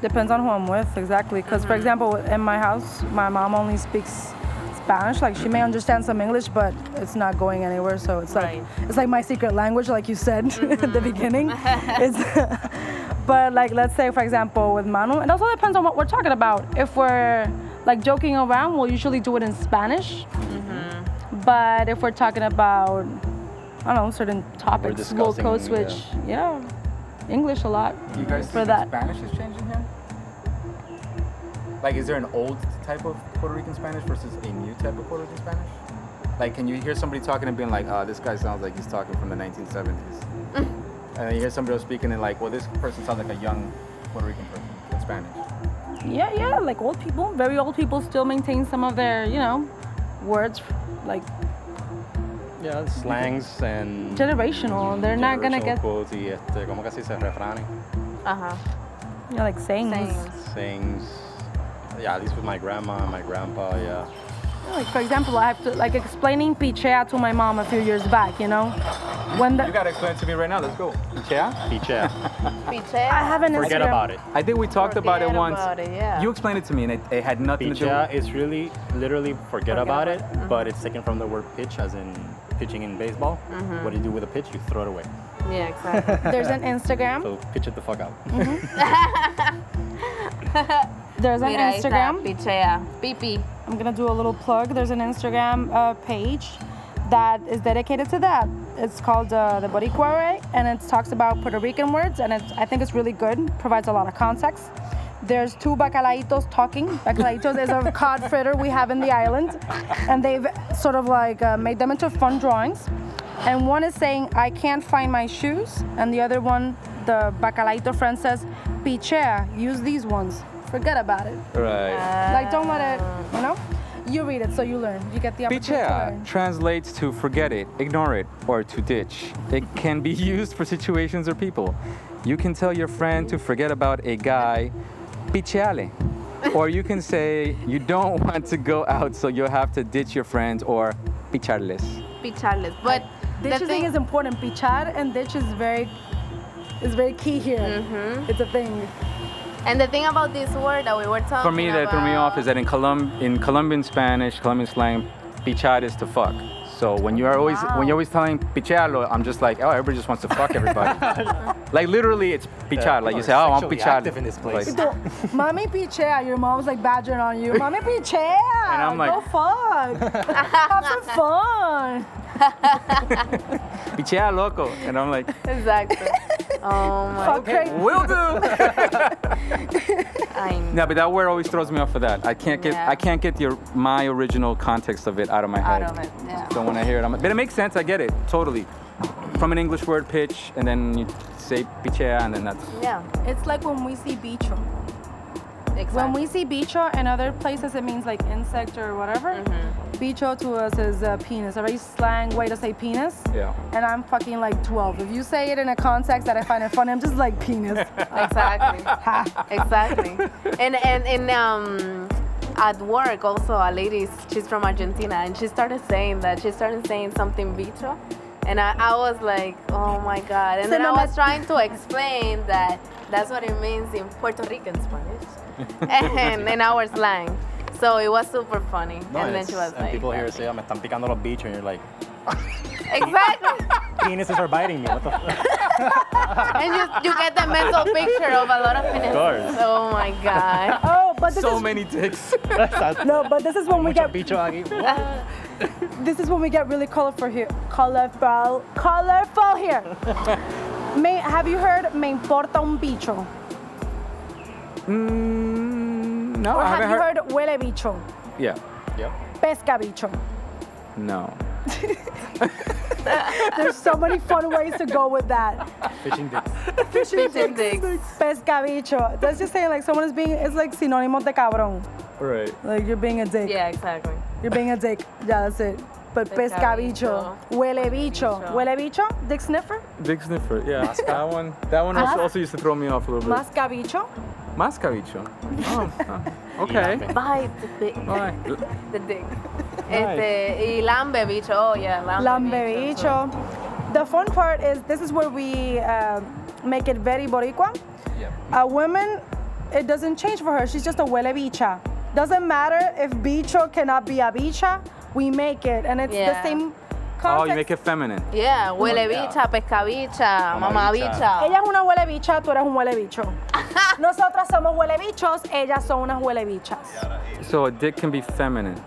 [SPEAKER 8] Depends on who I'm with, exactly. Because, for example, in my house, my mom only speaks Spanish. Like, she may understand some English, but it's not going anywhere. So it's like
[SPEAKER 9] Right.
[SPEAKER 8] it's like my secret language, like you said at the beginning. It's, but like, let's say, for example, with Manu, it also depends on what we're talking about. If we're like joking around, we'll usually do it in Spanish. But if we're talking about, I don't know, certain topics, we'll
[SPEAKER 6] discussing,
[SPEAKER 8] code switch. Yeah. English a lot.
[SPEAKER 2] You guys
[SPEAKER 8] For
[SPEAKER 2] think
[SPEAKER 8] that.
[SPEAKER 2] Spanish is changing here? Like, is there an old type of Puerto Rican Spanish versus a new type of Puerto Rican Spanish? Like, can you hear somebody talking and being like, "Ah, this guy sounds like he's talking from the 1970s," and then you hear somebody else speaking and like, "Well, this person sounds like a young Puerto Rican person in Spanish."
[SPEAKER 8] Yeah, yeah, like old people, very old people still maintain some of their, you know, words like
[SPEAKER 6] Yeah, slangs and.
[SPEAKER 8] generational. They're not gonna
[SPEAKER 6] generational
[SPEAKER 8] get
[SPEAKER 6] quotes y este, ¿cómo que se dice? Refranes.
[SPEAKER 9] uh-huh.
[SPEAKER 8] you know, like sayings.
[SPEAKER 9] Same.
[SPEAKER 6] Things. Yeah, at least with my grandma and my grandpa, yeah.
[SPEAKER 8] Like for example, I have to like explaining pichea to my mom a few years back. You know, when the
[SPEAKER 4] You gotta explain to me right now. Let's go. Yeah.
[SPEAKER 11] Pichea.
[SPEAKER 8] I have an
[SPEAKER 11] Forget
[SPEAKER 8] Instagram.
[SPEAKER 11] about it.
[SPEAKER 4] I think we talked about it
[SPEAKER 9] Forget
[SPEAKER 4] once.
[SPEAKER 9] about it, yeah.
[SPEAKER 4] You explained it to me, and it, it had nothing to do.
[SPEAKER 11] Pichea is really, literally, forget, about, it,
[SPEAKER 9] Mm-hmm.
[SPEAKER 11] but it's taken from the word pitch, as in pitching in baseball. What do you do with a pitch? You throw it away.
[SPEAKER 9] Mm-hmm. Yeah, exactly.
[SPEAKER 8] There's an Instagram. Mm-hmm.
[SPEAKER 11] So pitch it the fuck out.
[SPEAKER 8] There's an
[SPEAKER 9] Mira, ahí está,
[SPEAKER 8] Instagram.
[SPEAKER 9] pichea. Pipi.
[SPEAKER 8] I'm gonna do a little plug. There's an Instagram uh, page that is dedicated to that. It's called uh, the Boricua Way, and it talks about Puerto Rican words, and it's, I think it's really good. Provides a lot of context. There's two bacalaitos talking. Bacalaitos is a cod fritter we have in the island, and they've sort of like uh, made them into fun drawings. And one is saying, "I can't find my shoes," and the other one, the bacalaito friend says, "Pichea, use these ones. Forget about it."
[SPEAKER 9] Uh,
[SPEAKER 4] Right.
[SPEAKER 8] Like, don't let it, you know? You read it so you learn. You get the opportunity to
[SPEAKER 2] Pichea
[SPEAKER 8] learn.
[SPEAKER 2] translates to forget it, ignore it, or to ditch. It can be used for situations or people. You can tell your friend to forget about a guy, picheale. Or you can say you don't want to go out, so you'll have to ditch your friend or picharles.
[SPEAKER 9] Picharles. But the
[SPEAKER 8] Ditching
[SPEAKER 9] thing
[SPEAKER 8] is important. Pichar and ditch is very is very key here.
[SPEAKER 9] Mm-hmm.
[SPEAKER 8] It's a thing.
[SPEAKER 9] And the thing about this word that we were talking
[SPEAKER 2] For me, that threw me off
[SPEAKER 9] about-
[SPEAKER 2] is that in, Colum- in Colombian Spanish, Colombian slang, pichar is to fuck. So when you're always when you're always telling pichalo, I'm just like, oh, everybody just wants to fuck everybody. like literally, it's pichar. Like you say, oh, I'm
[SPEAKER 11] Sexually
[SPEAKER 2] pichar.
[SPEAKER 11] active in this place.
[SPEAKER 2] Like,
[SPEAKER 8] So, Mommy Pichea, your mom's like badgering on you. Mommy Pichea,
[SPEAKER 2] And I'm like-
[SPEAKER 8] go fuck. Have some fun.
[SPEAKER 2] Pichea loco. And I'm like,
[SPEAKER 9] Exactly. oh my.
[SPEAKER 8] Fuck crazy.
[SPEAKER 2] will do.
[SPEAKER 9] I know.
[SPEAKER 2] no, but that word always throws me off for that. I can't get
[SPEAKER 9] Yeah.
[SPEAKER 2] I can't get the my original context of it out of my
[SPEAKER 9] Out
[SPEAKER 2] head.
[SPEAKER 9] of it, yeah.
[SPEAKER 2] So when I hear it, I'm like, but it makes sense. I get it totally. From an English word pitch, and then you say pichea, and then that's
[SPEAKER 9] Yeah.
[SPEAKER 8] It's like when we see bicho.
[SPEAKER 9] Exactly.
[SPEAKER 8] When we see bicho in other places, it means like insect or whatever.
[SPEAKER 9] Mm-hmm.
[SPEAKER 8] Bicho to us is uh, penis, a very slang way to say penis.
[SPEAKER 2] yeah.
[SPEAKER 8] and I'm fucking like 12. If you say it in a context that I find it funny, I'm just like penis.
[SPEAKER 9] exactly. exactly. And and and um, at work also a lady, is- she's from Argentina, and she started saying that she started saying something bicho, and I, I was like, oh my god. And then I
[SPEAKER 8] Cinema-
[SPEAKER 9] was trying to explain that that's what it means in Puerto Rican Spanish, and in our slang. So it was super funny.
[SPEAKER 11] No,
[SPEAKER 9] and then
[SPEAKER 11] it's-
[SPEAKER 9] she was
[SPEAKER 11] and
[SPEAKER 9] like,
[SPEAKER 11] people here say, "Oh, me están picando los bichos," and you're like,
[SPEAKER 9] exactly.
[SPEAKER 11] penises are biting me. What the fuck?
[SPEAKER 9] and you, you get the mental picture of a lot of penises.
[SPEAKER 11] course.
[SPEAKER 9] Oh my god.
[SPEAKER 8] oh, but this
[SPEAKER 2] So
[SPEAKER 8] is
[SPEAKER 2] many dicks.
[SPEAKER 8] no, but this is when we
[SPEAKER 11] Mucho
[SPEAKER 8] get
[SPEAKER 11] bicho aquí. What?
[SPEAKER 8] this is when we get really colorful here. Colorful, colorful here. May, have you heard me importa un bicho?
[SPEAKER 2] Mm, no,
[SPEAKER 8] Or
[SPEAKER 2] I
[SPEAKER 8] have
[SPEAKER 2] haven't
[SPEAKER 8] you heard, huele bicho,
[SPEAKER 2] Yeah.
[SPEAKER 11] Yep.
[SPEAKER 8] pesca bicho?
[SPEAKER 2] No.
[SPEAKER 8] There's so many fun ways to go with that.
[SPEAKER 11] Fishing dicks.
[SPEAKER 8] Fishing
[SPEAKER 9] Fishing dicks.
[SPEAKER 8] pesca bicho. That's just saying like someone is being it's like sinónimo de cabrón.
[SPEAKER 2] Right.
[SPEAKER 8] Like you're being a dick.
[SPEAKER 9] Yeah, exactly.
[SPEAKER 8] You're being a dick. Yeah, that's it. But pesca
[SPEAKER 9] Pesca
[SPEAKER 8] bicho.
[SPEAKER 9] bicho.
[SPEAKER 8] Huele bicho.
[SPEAKER 9] bicho.
[SPEAKER 8] Huele bicho. Dick sniffer.
[SPEAKER 2] Dick sniffer. Yeah. that one. That one also, also used to throw me off a little bit.
[SPEAKER 8] Masca bicho.
[SPEAKER 2] Mascavicho. Oh. oh, okay.
[SPEAKER 9] Bite the dick.
[SPEAKER 2] All right.
[SPEAKER 9] The dick. Este, y lambe bicho. Oh yeah, lambe,
[SPEAKER 8] Lambe
[SPEAKER 9] So-
[SPEAKER 8] bicho. The fun part is this is where we um, make it very boricua.
[SPEAKER 2] Yep.
[SPEAKER 8] A woman, it doesn't change for her. She's just a huele bicha. Doesn't matter if bicho cannot be a bicha. We make it, and it's the
[SPEAKER 9] Yeah.
[SPEAKER 8] same
[SPEAKER 2] Oh,
[SPEAKER 8] context.
[SPEAKER 2] you make it feminine.
[SPEAKER 9] Yeah, huele bicha, pesca bicha,
[SPEAKER 2] Oh
[SPEAKER 9] mamá bicha.
[SPEAKER 8] Ella es una huele bicha, tú eres un huele bicho. Nosotras somos huele bichos, ellas son unas huele bichas.
[SPEAKER 2] So a dick can be feminine.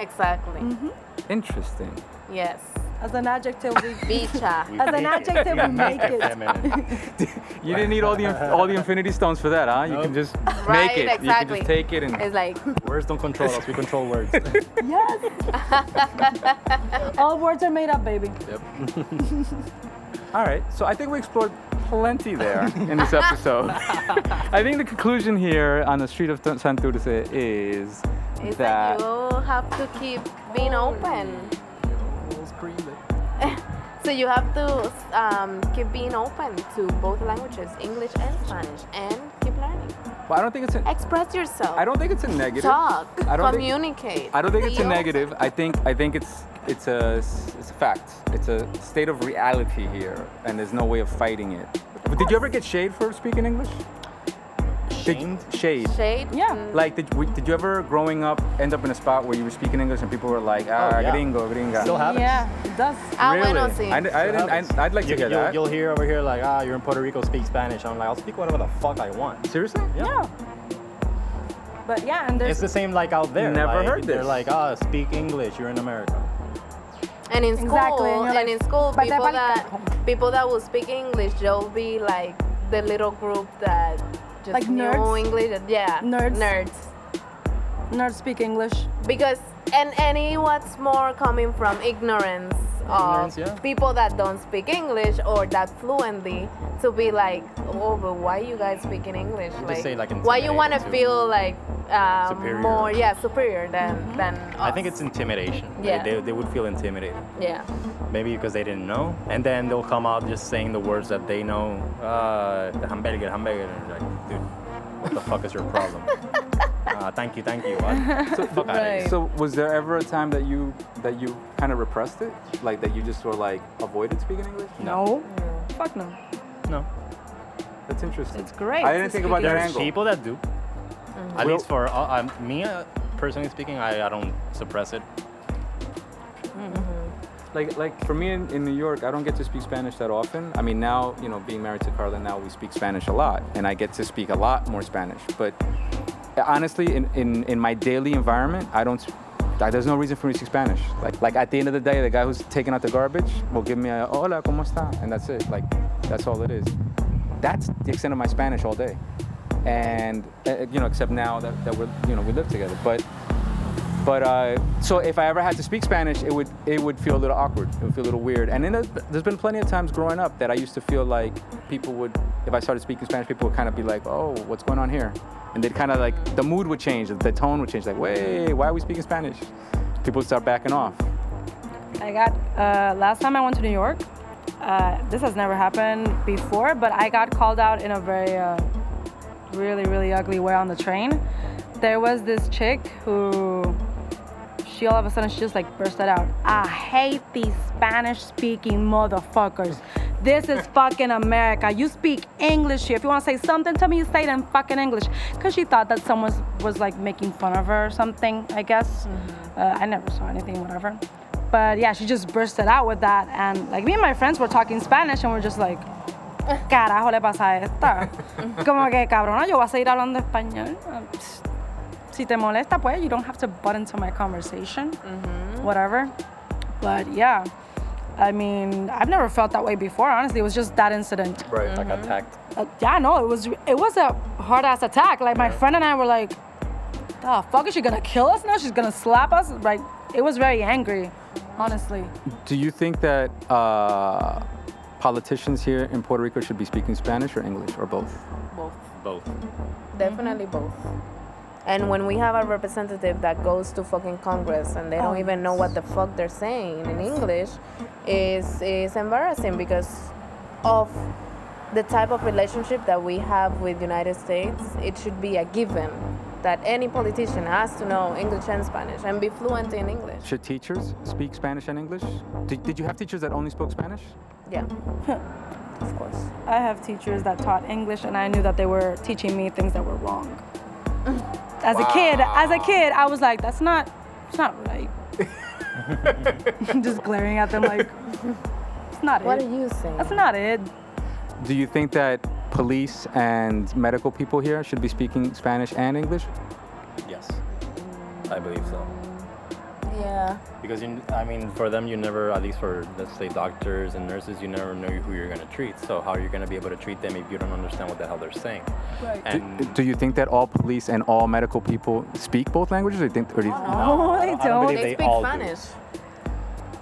[SPEAKER 9] Exactly.
[SPEAKER 8] Mm-hmm.
[SPEAKER 2] Interesting.
[SPEAKER 9] Yes.
[SPEAKER 8] As an adjective, we
[SPEAKER 9] Bicha.
[SPEAKER 11] We
[SPEAKER 8] As an
[SPEAKER 11] make it.
[SPEAKER 8] adjective, we make
[SPEAKER 11] it
[SPEAKER 8] it.
[SPEAKER 11] feminine.
[SPEAKER 2] You didn't need all the inf- all the infinity stones for that, huh? You can just make
[SPEAKER 9] Right,
[SPEAKER 2] it. You can
[SPEAKER 9] exactly.
[SPEAKER 2] just take it and
[SPEAKER 9] It's like
[SPEAKER 11] Words don't control us. We control words.
[SPEAKER 8] All words are made up, baby.
[SPEAKER 2] all right. So I think we explored plenty there in this episode. I think the conclusion here on the street of T- Santurce is
[SPEAKER 9] it's like
[SPEAKER 2] that
[SPEAKER 9] you have to keep being open. so you have to um, keep being open to both languages, English and Spanish, and keep learning.
[SPEAKER 2] But I don't think it's a,
[SPEAKER 9] Express yourself.
[SPEAKER 2] I don't think it's a negative.
[SPEAKER 9] Talk.
[SPEAKER 2] I don't think-
[SPEAKER 9] communicate.
[SPEAKER 2] I don't think it's a
[SPEAKER 9] Be open.
[SPEAKER 2] negative. I think I think it's it's a it's a fact. It's a state of reality here, and there's no way of fighting it. But did you ever get shade for speaking English? Did- shade.
[SPEAKER 9] Shade.
[SPEAKER 8] Yeah.
[SPEAKER 9] Mm,
[SPEAKER 2] Like, did, w- did you ever, growing up, end up in a spot where you were speaking English and people were like, ah,
[SPEAKER 5] yeah.
[SPEAKER 2] gringo, gringa?
[SPEAKER 5] Still happens.
[SPEAKER 8] Yeah, it does.
[SPEAKER 9] Ah,
[SPEAKER 2] really?
[SPEAKER 9] bueno, sí.
[SPEAKER 2] I, I didn't, I, I'd like
[SPEAKER 5] you,
[SPEAKER 2] to get
[SPEAKER 5] you'll,
[SPEAKER 2] that.
[SPEAKER 5] You'll hear over here like, ah, you're in Puerto Rico, speak Spanish. I'm like, I'll speak whatever the fuck I want.
[SPEAKER 2] Seriously?
[SPEAKER 8] Yeah. But yeah, and
[SPEAKER 5] It's
[SPEAKER 8] there's
[SPEAKER 5] the same like out there.
[SPEAKER 2] Never
[SPEAKER 5] like,
[SPEAKER 2] heard
[SPEAKER 5] They're
[SPEAKER 2] this.
[SPEAKER 5] like, ah, speak English. You're in America.
[SPEAKER 9] And in school,
[SPEAKER 8] Exactly, and
[SPEAKER 9] and,
[SPEAKER 8] you're like,
[SPEAKER 9] in school,
[SPEAKER 8] "Vaya
[SPEAKER 9] people
[SPEAKER 8] pa'l
[SPEAKER 9] that
[SPEAKER 8] carajo."
[SPEAKER 9] people that will speak English, they'll be like the little group that just
[SPEAKER 8] Like
[SPEAKER 9] knew
[SPEAKER 8] nerds?
[SPEAKER 9] English. Yeah,
[SPEAKER 8] Nerds?
[SPEAKER 9] nerds.
[SPEAKER 8] nerds speak English.
[SPEAKER 9] Because and and it was more coming from ignorance of
[SPEAKER 5] Ignorance, yeah.
[SPEAKER 9] people that don't speak English or that fluently to be like, oh, but why you guys speaking English?
[SPEAKER 5] just say, like,
[SPEAKER 9] why you want to
[SPEAKER 5] intimidated to-
[SPEAKER 9] feel like uh,
[SPEAKER 5] Superior.
[SPEAKER 9] more? Yeah, superior than
[SPEAKER 8] Mm-hmm.
[SPEAKER 9] than.
[SPEAKER 5] I think
[SPEAKER 9] us.
[SPEAKER 5] it's intimidation. They-
[SPEAKER 9] Yeah.
[SPEAKER 5] They, they would feel intimidated.
[SPEAKER 9] yeah.
[SPEAKER 5] Maybe because they didn't know. And then they'll come out just saying the words that they know. Uh, the hamburger, hamburger. And you're like, dude, what the fuck is your problem? uh, thank you, thank you. Uh, What? So, fuck outta here.
[SPEAKER 2] So was there ever a time that you that you kind of repressed it, like that you just sort of like avoided speaking English?
[SPEAKER 8] No. Fuck no.
[SPEAKER 5] No.
[SPEAKER 2] That's interesting.
[SPEAKER 8] It's great
[SPEAKER 2] I didn't
[SPEAKER 8] to
[SPEAKER 2] think about
[SPEAKER 8] speak
[SPEAKER 2] that
[SPEAKER 5] There's
[SPEAKER 2] angle.
[SPEAKER 5] people that do. At
[SPEAKER 2] Well-
[SPEAKER 5] least for uh, um, me, uh, personally speaking, I, I don't suppress it.
[SPEAKER 2] Like like for me in, in New York, I don't get to speak Spanish that often. I mean now you know being married to Carla, now we speak Spanish a lot, and I get to speak a lot more Spanish. But honestly, in in, in my daily environment, I don't. I, there's no reason for me to speak Spanish. Like like at the end of the day, the guy who's taking out the garbage will give me a hola cómo está, and that's it. Like that's all it is. That's the extent of my Spanish all day. And uh, you know, except now that, that we're you know we live together, but. But uh, so if I ever had to speak Spanish, it would it would feel a little awkward. It would feel a little weird. And then there's- there's been plenty of times growing up that I used to feel like people would, if I started speaking Spanish, people would kind of be like, "Oh, what's going on here?" And they'd kind of like the mood would change, the tone would change. Like, "Wait, why are we speaking Spanish?" People would start backing off.
[SPEAKER 8] I got uh, last time I went to New York. Uh, this has never happened before, but I got called out in a very, uh, really, really ugly way on the train. There was this chick who, she all of a sudden she just like burst it out. I hate these Spanish-speaking motherfuckers. This is fucking America. You speak English here. If you want to say something to me, you say it in fucking English. Cause she thought that someone was, was like making fun of her or something. I guess. Uh, I never saw anything, whatever. But yeah, she just bursted out with that, and like me and my friends were talking Spanish, and we're just like, carajo le pasa a esta. Como que cabrona, yo voy a seguir hablando español. Um, psst. Si te molesta, pues, you don't have to butt into my conversation, whatever. But yeah, I mean, I've never felt that way before. Honestly, it was just that incident.
[SPEAKER 5] Right. Like attacked.
[SPEAKER 8] Uh, yeah, no, it was it was a hard ass attack. Like my friend and I were like, the fuck is she gonna kill us now? She's gonna slap us? Like it was very angry, honestly.
[SPEAKER 2] Do you think that uh, politicians here in Puerto Rico should be speaking Spanish or English or both?
[SPEAKER 5] Both.
[SPEAKER 9] Definitely both. And when we have a representative that goes to fucking Congress and they don't even know what the fuck they're saying in English, is is embarrassing because of the type of relationship that we have with United States. It should be a given that any politician has to know English and Spanish and be fluent in English.
[SPEAKER 2] Should teachers speak Spanish and English? Did, did you have teachers that only spoke Spanish?
[SPEAKER 9] Yeah, of course.
[SPEAKER 8] I have teachers that taught English, and I knew that they were teaching me things that were wrong. As a kid, as a kid, I was like, "That's not, it's not right." Just glaring at them like, "It's not
[SPEAKER 9] What
[SPEAKER 8] it.
[SPEAKER 9] are you saying?
[SPEAKER 8] That's not it."
[SPEAKER 2] Do you think that police and medical people here should be speaking Spanish and English?
[SPEAKER 5] Yes. I believe so.
[SPEAKER 9] Yeah.
[SPEAKER 5] Because you, I mean, for them, you never, at least for let's say doctors and nurses, you never know who you're gonna treat. So how are you gonna be able to treat them if you don't understand what the hell they're saying? Right. And
[SPEAKER 2] Do, do you think that all police and all medical people speak both languages? Or do you think, or do you,
[SPEAKER 8] Oh, they
[SPEAKER 5] I don't
[SPEAKER 8] don't.
[SPEAKER 5] believe
[SPEAKER 9] They,
[SPEAKER 5] They
[SPEAKER 9] speak
[SPEAKER 5] all do.
[SPEAKER 9] Spanish.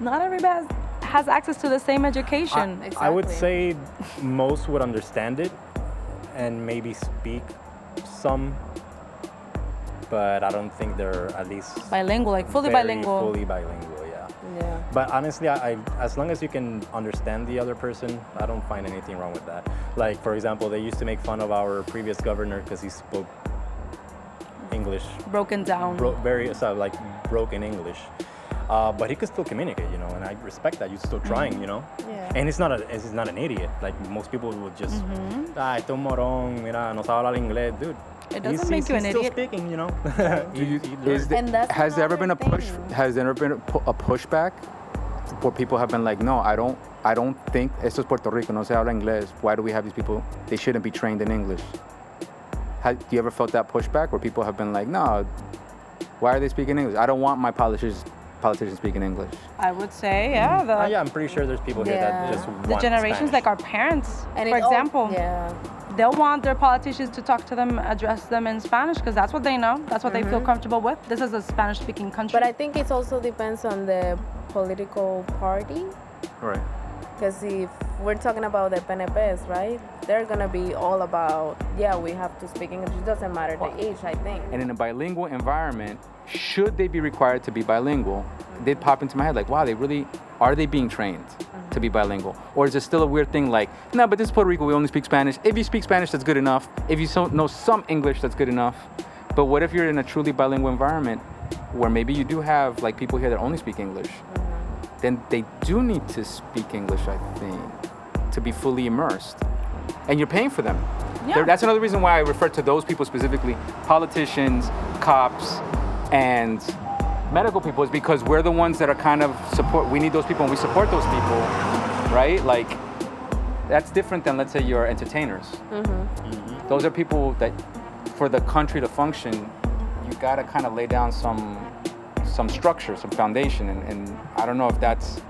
[SPEAKER 8] Not everybody has, has access to the same education.
[SPEAKER 5] I would
[SPEAKER 9] Exactly.
[SPEAKER 5] say most would understand it and maybe speak some, but I don't think they're at least
[SPEAKER 8] bilingual, like fully
[SPEAKER 5] very
[SPEAKER 8] bilingual.
[SPEAKER 5] Fully bilingual, yeah.
[SPEAKER 9] Yeah.
[SPEAKER 11] But honestly, I, I as long as you can understand the other person, I don't find anything wrong with that. Like for example, they used to make fun of our previous governor because he spoke English
[SPEAKER 8] Broken down.
[SPEAKER 11] bro- very so like broken English. Uh, but he could still communicate, you know, and I respect that. You're still trying, you know.
[SPEAKER 8] Yeah.
[SPEAKER 11] And he's not a he's not an idiot. Like most people would just, ah, este un morón, mira, no sabe hablar inglés, dude.
[SPEAKER 8] It
[SPEAKER 11] He's-
[SPEAKER 8] doesn't
[SPEAKER 11] he's-
[SPEAKER 8] make you an
[SPEAKER 11] he's still
[SPEAKER 8] idiot.
[SPEAKER 11] speaking, you know.
[SPEAKER 4] Do you,
[SPEAKER 11] He- he
[SPEAKER 4] is the-
[SPEAKER 12] And that's
[SPEAKER 4] has there ever been a
[SPEAKER 12] another
[SPEAKER 4] push?
[SPEAKER 12] thing.
[SPEAKER 4] Has there ever been a, pu- a pushback where people have been like, no, I don't, I don't think esto es Puerto Rico, no se habla inglés. Why do we have these people? They shouldn't be trained in English. Have, do you ever felt that pushback where people have been like, no, why are they speaking English? I don't want my politicians politicians speaking English.
[SPEAKER 8] I would say, yeah. The,
[SPEAKER 11] Oh, yeah, I'm pretty sure there's people here
[SPEAKER 9] Yeah.
[SPEAKER 11] that just want
[SPEAKER 8] the generations
[SPEAKER 11] Spanish.
[SPEAKER 8] like our parents,
[SPEAKER 9] And
[SPEAKER 8] for
[SPEAKER 9] it all-
[SPEAKER 8] example,
[SPEAKER 9] yeah.
[SPEAKER 8] they'll want their politicians to talk to them, address them in Spanish, because that's what they know. That's what they feel comfortable with. This is a Spanish-speaking country.
[SPEAKER 9] Mm-hmm. But I think it also depends on the political party.
[SPEAKER 11] right.
[SPEAKER 9] Because if we're talking about the PNPs, right? They're gonna be all about, yeah, we have to speak English. It doesn't matter the age, I think.
[SPEAKER 2] and in a bilingual environment, should they be required to be bilingual? They pop into my head like, wow, they really are they being trained to be bilingual, or is it still a weird thing like, no, but this is Puerto Rico, we only speak Spanish. If you speak Spanish, that's good enough. If you so, know some English, that's good enough. But what if you're in a truly bilingual environment where maybe you do have like people here that only speak English? Then they do need to speak English, I think, to be fully immersed. And you're paying for them.
[SPEAKER 8] Yeah.
[SPEAKER 2] There- That's another reason why I refer to those people specifically, politicians, cops, and medical people, is because we're the ones that are kind of support. We need those people, and we support those people, right? Like, that's different than let's say your entertainers. Those are people that, for the country to function, you gotta kind of lay down some some structure, some foundation, and, and I don't know if that's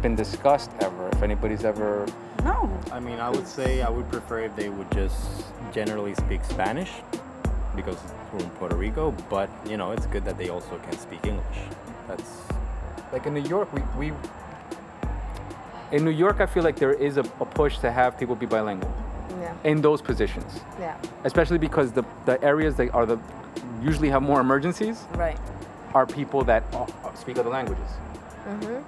[SPEAKER 2] been discussed ever. If anybody's ever
[SPEAKER 8] no,
[SPEAKER 11] I mean, I would say I would prefer if they would just generally speak Spanish because we're in Puerto Rico, but you know, it's good that they also can speak English. That's
[SPEAKER 2] like in New York, we, we in New York, I feel like there is a, a push to have people be bilingual
[SPEAKER 9] Yeah.
[SPEAKER 2] in those positions,
[SPEAKER 9] Yeah.
[SPEAKER 2] especially because the, the areas that are the usually have more emergencies
[SPEAKER 9] Right.
[SPEAKER 2] are people that uh, speak other languages.
[SPEAKER 9] Mm-hmm.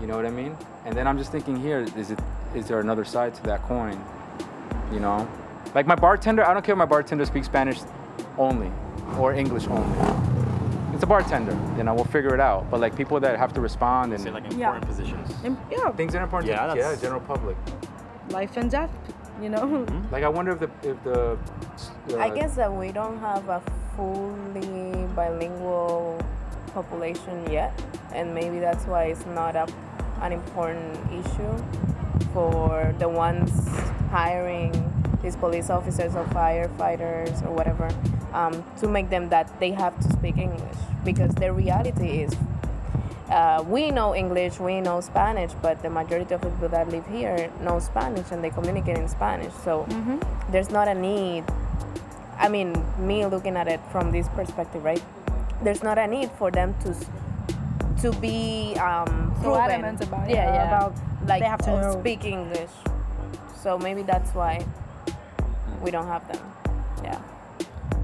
[SPEAKER 2] You know what I mean? And then I'm just thinking here, is it is there another side to that coin? You know, like my bartender, I don't care if my bartender speaks Spanish only or English only. It's a bartender, you know. We'll figure it out. But like people that have to respond and
[SPEAKER 11] say like
[SPEAKER 8] Yeah.
[SPEAKER 11] important
[SPEAKER 8] important
[SPEAKER 11] positions.
[SPEAKER 8] And, yeah,
[SPEAKER 2] things that are important
[SPEAKER 11] Yeah,
[SPEAKER 2] to
[SPEAKER 11] that's- Mm-hmm.
[SPEAKER 2] yeah, general public.
[SPEAKER 8] life and death. You know,
[SPEAKER 9] Mm-hmm.
[SPEAKER 2] Like I wonder if the if the uh,
[SPEAKER 9] I guess that we don't have a fully bilingual population yet, and maybe that's why it's not a, an important issue for the ones hiring these police officers or firefighters or whatever um, to make them that they have to speak English because the reality is uh, we know English, we know Spanish, but the majority of people that live here know Spanish and they communicate in Spanish. So there's not a need. I mean, me looking at it from this perspective, right? There's not a need for them to s- to be um,
[SPEAKER 8] So
[SPEAKER 9] proven.
[SPEAKER 8] adamant about it.
[SPEAKER 9] yeah, yeah,
[SPEAKER 8] About
[SPEAKER 9] like
[SPEAKER 8] they have to
[SPEAKER 9] oh,
[SPEAKER 8] know.
[SPEAKER 9] speak English. So maybe that's why we don't have them. Yeah.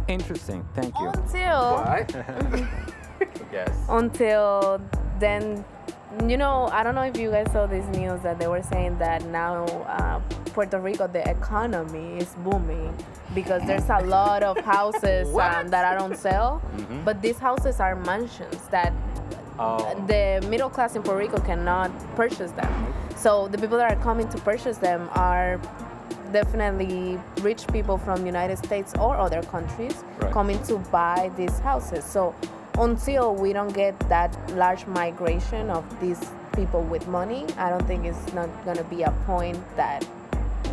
[SPEAKER 2] interesting. Thank you.
[SPEAKER 9] Until Mm-hmm.
[SPEAKER 11] Yes.
[SPEAKER 9] Oh, until then you know i don't know if you guys saw this news that they were saying that now uh, puerto rico the economy is booming because there's a lot of houses um, that are on sale but these houses are mansions that
[SPEAKER 11] Oh.
[SPEAKER 9] the middle class in puerto rico cannot purchase them so the people that are coming to purchase them are definitely rich people from United States or other countries coming to buy these houses. So until we don't get that large migration of these people with money, I don't think it's not going to be a point that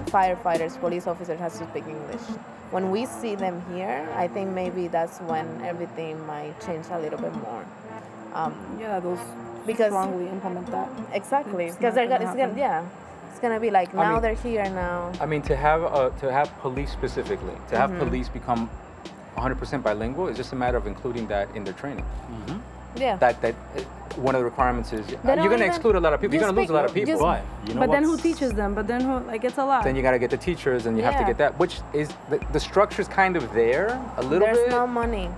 [SPEAKER 9] firefighters, police officers has to speak English. When we see them here, I think maybe that's when everything might change a little bit more.
[SPEAKER 8] yeah, those
[SPEAKER 9] Because-
[SPEAKER 8] strongly implement that.
[SPEAKER 9] Exactly,
[SPEAKER 8] It's not
[SPEAKER 9] because they're gonna,
[SPEAKER 8] gonna
[SPEAKER 9] it's gonna,
[SPEAKER 8] happen.
[SPEAKER 9] yeah, it's gonna be like now
[SPEAKER 2] mean-
[SPEAKER 9] they're here now.
[SPEAKER 2] I mean, to have uh, to have police specifically, to have
[SPEAKER 9] Mm-hmm.
[SPEAKER 2] police become 100% bilingual is just a matter of including that in their training.
[SPEAKER 9] Yeah.
[SPEAKER 2] That that uh, one of the requirements is you're
[SPEAKER 9] don't
[SPEAKER 2] gonna
[SPEAKER 9] even-
[SPEAKER 2] exclude a lot of people. You're
[SPEAKER 9] just
[SPEAKER 2] gonna lose a
[SPEAKER 9] speak-
[SPEAKER 2] lot of people.
[SPEAKER 9] just-
[SPEAKER 11] But you know
[SPEAKER 8] but then who
[SPEAKER 11] what's-
[SPEAKER 8] teaches them? But then who like it's a lot.
[SPEAKER 2] Then you gotta get the teachers, and you have to
[SPEAKER 9] Yeah.
[SPEAKER 2] get that, which is the, the structure's kind of there a little
[SPEAKER 9] There's
[SPEAKER 2] bit.
[SPEAKER 9] no money.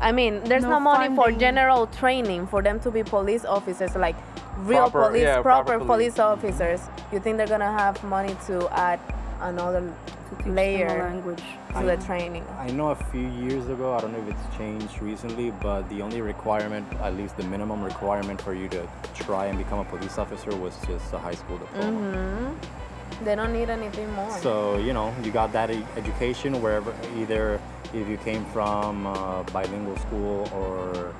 [SPEAKER 9] I mean, there's no,
[SPEAKER 8] No
[SPEAKER 9] money for
[SPEAKER 8] funding.
[SPEAKER 9] general training for them to be police officers, like real
[SPEAKER 14] Proper-
[SPEAKER 9] police,
[SPEAKER 14] yeah,
[SPEAKER 9] proper,
[SPEAKER 14] proper
[SPEAKER 9] police.
[SPEAKER 14] police.
[SPEAKER 9] officers. You think they're gonna have money to add another layer
[SPEAKER 15] language.
[SPEAKER 9] to the training?
[SPEAKER 2] I know a few years ago, I don't know if it's changed recently, but the only requirement, at least the minimum requirement for you to try and become a police officer was just a high school diploma.
[SPEAKER 9] They don't need anything more.
[SPEAKER 2] So, you know, you got that e- education wherever, either if you came from a bilingual school or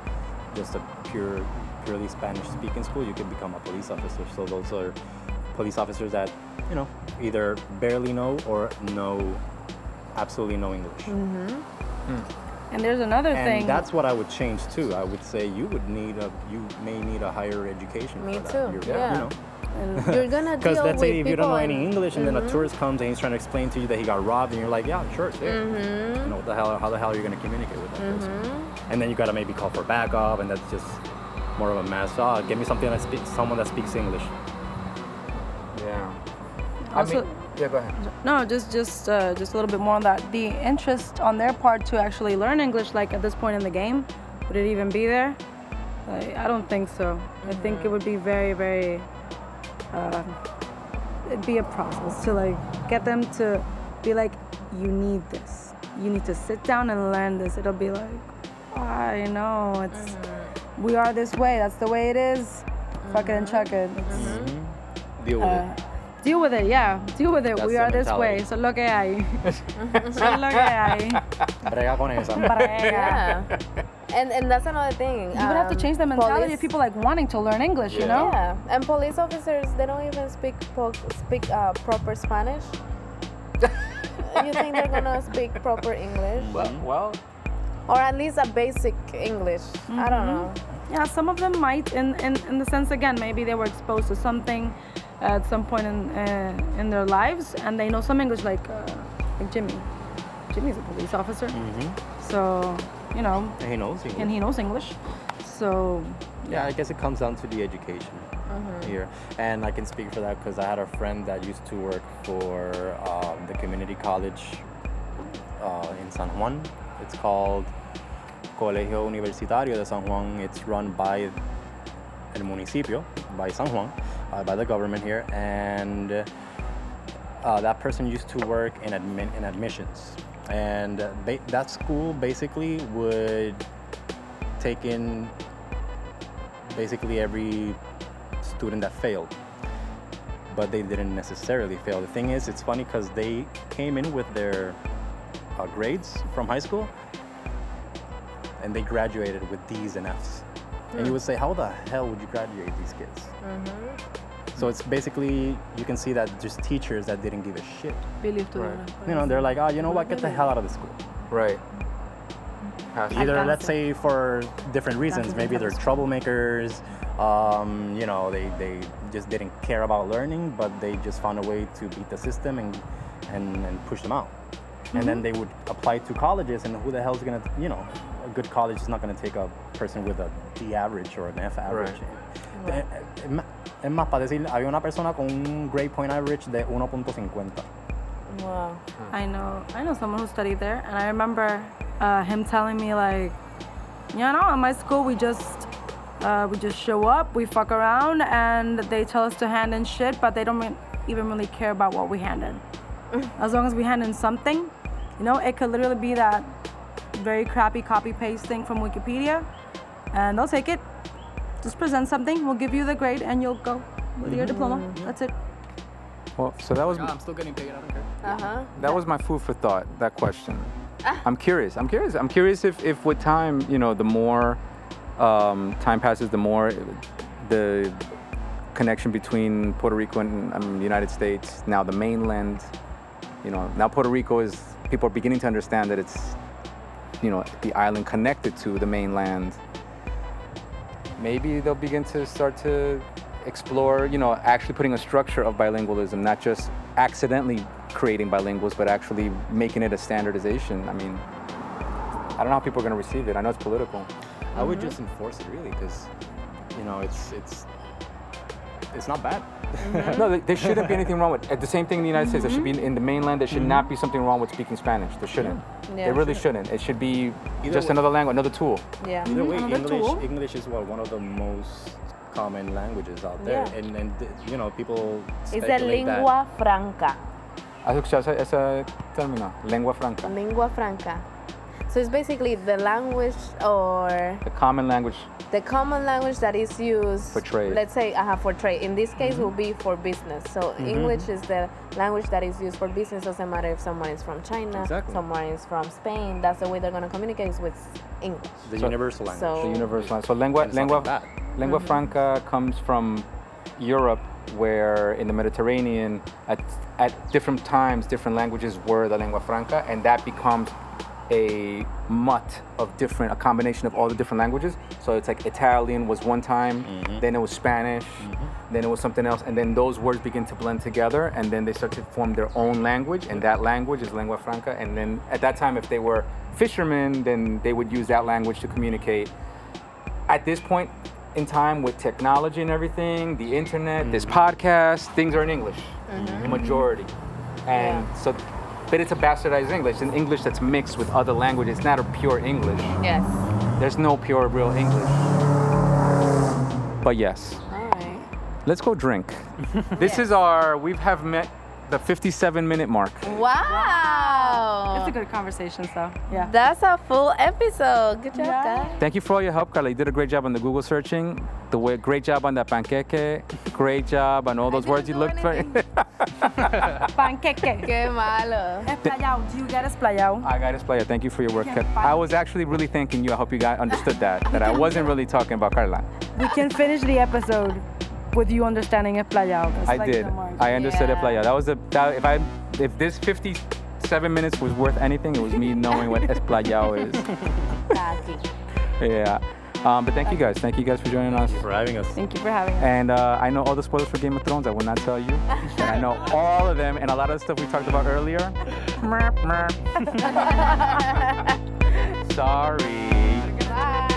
[SPEAKER 2] just a pure, purely Spanish speaking school, you could become a police officer. So, those are police officers that, you know, either barely know or know absolutely no English.
[SPEAKER 9] Mm.
[SPEAKER 8] And there's another
[SPEAKER 2] And
[SPEAKER 8] thing.
[SPEAKER 2] that's what I would change too. I would say you would need a, you may need a higher education.
[SPEAKER 9] Me
[SPEAKER 2] for that.
[SPEAKER 9] too,
[SPEAKER 2] You're-
[SPEAKER 9] yeah.
[SPEAKER 2] You know,
[SPEAKER 9] You're gonna deal
[SPEAKER 2] because
[SPEAKER 9] with
[SPEAKER 2] let's say if
[SPEAKER 9] people
[SPEAKER 2] you don't know any
[SPEAKER 9] and-
[SPEAKER 2] English and then a tourist comes and he's trying to explain to you that he got robbed and you're like, yeah, sure, sure. You
[SPEAKER 16] Mm-hmm.
[SPEAKER 2] know, what the hell, how the hell are you going to communicate with that person? And then you got to maybe call for backup and that's just more of a mess. Oh, give me something that speaks, someone that speaks English.
[SPEAKER 16] Yeah.
[SPEAKER 8] Also-
[SPEAKER 16] I mean, yeah, go ahead.
[SPEAKER 8] No, just just uh, just a little bit more on that. The interest on their part to actually learn English, like at this point in the game, would it even be there? Like, I don't think so. I think it would be very, very. Uh, it'd be a process to like get them to be like, you need this. You need to sit down and learn this. It'll be like, I know it's. We are this way. That's the way it is. Fuck it and chuck it. It's-
[SPEAKER 2] Deal with
[SPEAKER 8] Uh,
[SPEAKER 2] it.
[SPEAKER 8] Deal with it, yeah. Deal with it.
[SPEAKER 2] That's
[SPEAKER 8] we
[SPEAKER 2] the
[SPEAKER 8] are this
[SPEAKER 2] mentality.
[SPEAKER 8] way. So lo que hay. so lo que hay.
[SPEAKER 2] Brega con esa.
[SPEAKER 9] Yeah. And, and that's another thing. um,
[SPEAKER 8] You would have to change the mentality of people like wanting to learn English, you know?
[SPEAKER 9] Yeah, and police officers they don't even speak po- speak uh, proper Spanish. you think they're gonna speak proper English
[SPEAKER 14] Well, well,
[SPEAKER 9] or at least a basic English? I don't know.
[SPEAKER 8] Yeah, some of them might, in, in, in the sense, again, maybe they were exposed to something at some point in, uh, in their lives and they know some English, like, uh, like Jimmy. Jimmy's a police officer.
[SPEAKER 2] Mm-hmm.
[SPEAKER 8] So, you know,
[SPEAKER 2] And he knows English.
[SPEAKER 8] and he knows English. So,
[SPEAKER 2] Yeah, I guess it comes down to the education here, and I can speak for that because I had a friend that used to work for um, the community college uh, in San Juan. It's called Colegio Universitario de San Juan. It's run by el municipio, by San Juan, uh, by the government here, and. Uh, uh, that person used to work in admin in admissions, and uh, ba- that school basically would take in basically every student that failed, but they didn't necessarily fail. The thing is, it's funny because they came in with their uh, grades from high school, and they graduated with D's and F's. And you would say, how the hell would you graduate these kids? So it's basically you can see that there's teachers that didn't give a shit. You know, they're like,
[SPEAKER 5] "Ah,
[SPEAKER 2] oh, you know what? Get the hell out of the school.
[SPEAKER 16] Right. Has-
[SPEAKER 2] Either let's say for different reasons,
[SPEAKER 8] That's
[SPEAKER 2] maybe they're troublemakers. Um, you know, they, they just didn't care about learning, but they just found a way to beat the system and and, and push them out. And
[SPEAKER 9] Mm-hmm.
[SPEAKER 2] then they would apply to colleges, and who the hell's gonna, you know, a good college is not gonna take a person with a D average or an F average. Eh, eh, ma- Es más, para decir, había una persona con un grade point average de 1.50.
[SPEAKER 9] Wow.
[SPEAKER 8] I know I know someone who studied there, and I remember uh, him telling me like, you know, at my school we just uh, we just show up, we fuck around, and they tell us to hand in shit, but they don't re- even really care about what we hand in. as long as we hand in something, you know, it could literally be that very crappy copy paste thing from Wikipedia, and they'll take it. Just present something, we'll give you the grade, and you'll go with your diploma. That's it.
[SPEAKER 14] well, so that was
[SPEAKER 2] still getting paid. I don't care.
[SPEAKER 9] Uh huh.
[SPEAKER 14] that was my food for thought. That question. I'm curious. I'm curious. I'm curious if, if with time, you know, the more um, time passes, the more the connection between Puerto Rico and um, the United States, now the mainland, you know, now Puerto Rico is, people are beginning to understand that it's, you know, the island connected to the mainland. Maybe they'll begin to start to explore, you know, actually putting a structure of bilingualism, not just accidentally creating bilinguals, but actually making it a standardization. I mean, I don't know how people are going to receive it. I know it's political.
[SPEAKER 2] I would just enforce it really because you know it's it's
[SPEAKER 11] it's not bad.
[SPEAKER 2] no, there- there shouldn't be anything wrong with it. The same thing in the United States. There should be in the mainland. There should not be something wrong with speaking Spanish. There shouldn't.
[SPEAKER 11] Yeah,
[SPEAKER 2] there really shouldn't. It should be
[SPEAKER 11] Either
[SPEAKER 2] just
[SPEAKER 11] way.
[SPEAKER 2] another language, another tool.
[SPEAKER 11] Yeah.
[SPEAKER 9] Mm,
[SPEAKER 11] Either way, English, English is what one of the most common languages out there,
[SPEAKER 9] Yeah.
[SPEAKER 11] and and you know people.
[SPEAKER 9] It's a
[SPEAKER 11] speculate that-
[SPEAKER 9] lingua franca.
[SPEAKER 2] ¿Has escuchado ese- ese término? Lengua franca.
[SPEAKER 9] Lingua franca. So it's basically the language or
[SPEAKER 2] The common language.
[SPEAKER 9] the common language that is used
[SPEAKER 2] For trade.
[SPEAKER 9] Let's say uh, for trade. In this case, will be for business. So
[SPEAKER 2] Mhm.
[SPEAKER 9] English is the language that is used for business. Doesn't matter if someone is from China,
[SPEAKER 11] Exactly.
[SPEAKER 9] someone is from Spain. That's the way they're gonna communicate is with English.
[SPEAKER 11] The universal language.
[SPEAKER 9] So-
[SPEAKER 2] The universal language. So lengua,
[SPEAKER 11] It's
[SPEAKER 2] lengua,
[SPEAKER 11] not that Mm-hmm.
[SPEAKER 2] lengua
[SPEAKER 9] Mhm.
[SPEAKER 2] franca comes from Europe, where in the Mediterranean, at, at different times, different languages were the lengua franca, and that becomes a mutt of different, a combination of all the different languages. So it's like Italian was one time,
[SPEAKER 11] Mm-hmm.
[SPEAKER 2] then it was Spanish, then it was something else, and then those words begin to blend together, and then they start to form their own language, and that language is lengua franca. And then at that time, if they were fishermen, then they would use that language to communicate at this point in time with technology and everything, the internet, this podcast, things are in English, majority. And so, but it's a bastardized English, an English that's mixed with other languages. It's not a pure English.
[SPEAKER 9] Yes.
[SPEAKER 2] There's no pure, real English. But yes,
[SPEAKER 9] All right.
[SPEAKER 2] let's go drink. this is our, we have met the 57 minute mark.
[SPEAKER 9] Mm-hmm. Wow.
[SPEAKER 8] It's a good conversation, so yeah.
[SPEAKER 9] That's a full episode. Good job, guys.
[SPEAKER 2] Thank you for all your help, Carla. You did a great job on the Google searching. The way, great job on that panqueque. Great job on all those words you looked for.
[SPEAKER 8] Panqueque.
[SPEAKER 9] Qué malo.
[SPEAKER 8] Esplayao. Do you get esplayao?
[SPEAKER 2] I got playa. Thank you for your work.
[SPEAKER 8] Yeah,
[SPEAKER 2] Kat.
[SPEAKER 8] bye.
[SPEAKER 2] I was actually really thanking you. I hope you guys understood that. That I wasn't really talking about Carla.
[SPEAKER 8] We can finish the episode with you understanding esplayao. That's
[SPEAKER 2] I
[SPEAKER 8] like
[SPEAKER 2] did.
[SPEAKER 8] the mark.
[SPEAKER 2] I understood
[SPEAKER 9] Yeah.
[SPEAKER 2] playa. That was a. That, if I if this 57 minutes was worth anything, it was me knowing what esplayao is. Yeah. Um, but thank you guys. Thank you guys for joining us.
[SPEAKER 11] for having us.
[SPEAKER 8] Thank you for having us.
[SPEAKER 2] And uh, I know all the spoilers for Game of Thrones. I will not tell you. And I know all of them and a lot of the stuff we talked about earlier. Merp, merp. Sorry.
[SPEAKER 9] Bye.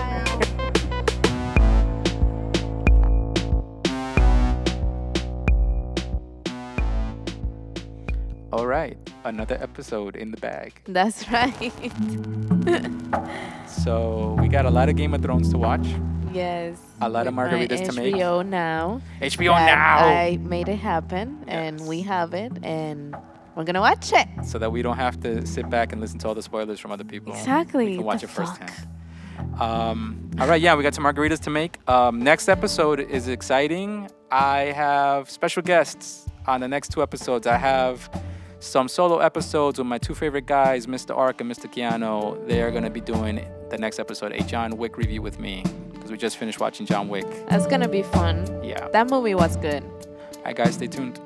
[SPEAKER 2] All right, another episode in the bag.
[SPEAKER 3] That's right.
[SPEAKER 2] So we got a lot of Game of Thrones to watch.
[SPEAKER 3] Yes.
[SPEAKER 2] A lot of
[SPEAKER 3] with my
[SPEAKER 2] margaritas to make.
[SPEAKER 3] HBO now.
[SPEAKER 2] HBO
[SPEAKER 3] that
[SPEAKER 2] now.
[SPEAKER 3] I made it happen, and we have it, and we're gonna watch it.
[SPEAKER 2] so that we don't have to sit back and listen to all the spoilers from other people.
[SPEAKER 3] Exactly,
[SPEAKER 2] We can watch
[SPEAKER 3] the
[SPEAKER 2] it firsthand. Um, all right, yeah, we got some margaritas to make. Um, next episode is exciting. I have special guests on the next two episodes. I have some solo episodes with my two favorite guys, Mr. Ark and Mr. Keanu. They are going to be doing the next episode, a John Wick review with me, because we just finished watching John Wick.
[SPEAKER 3] That's gonna be fun.
[SPEAKER 2] Yeah.
[SPEAKER 3] That movie was good.
[SPEAKER 2] All right, guys, stay tuned.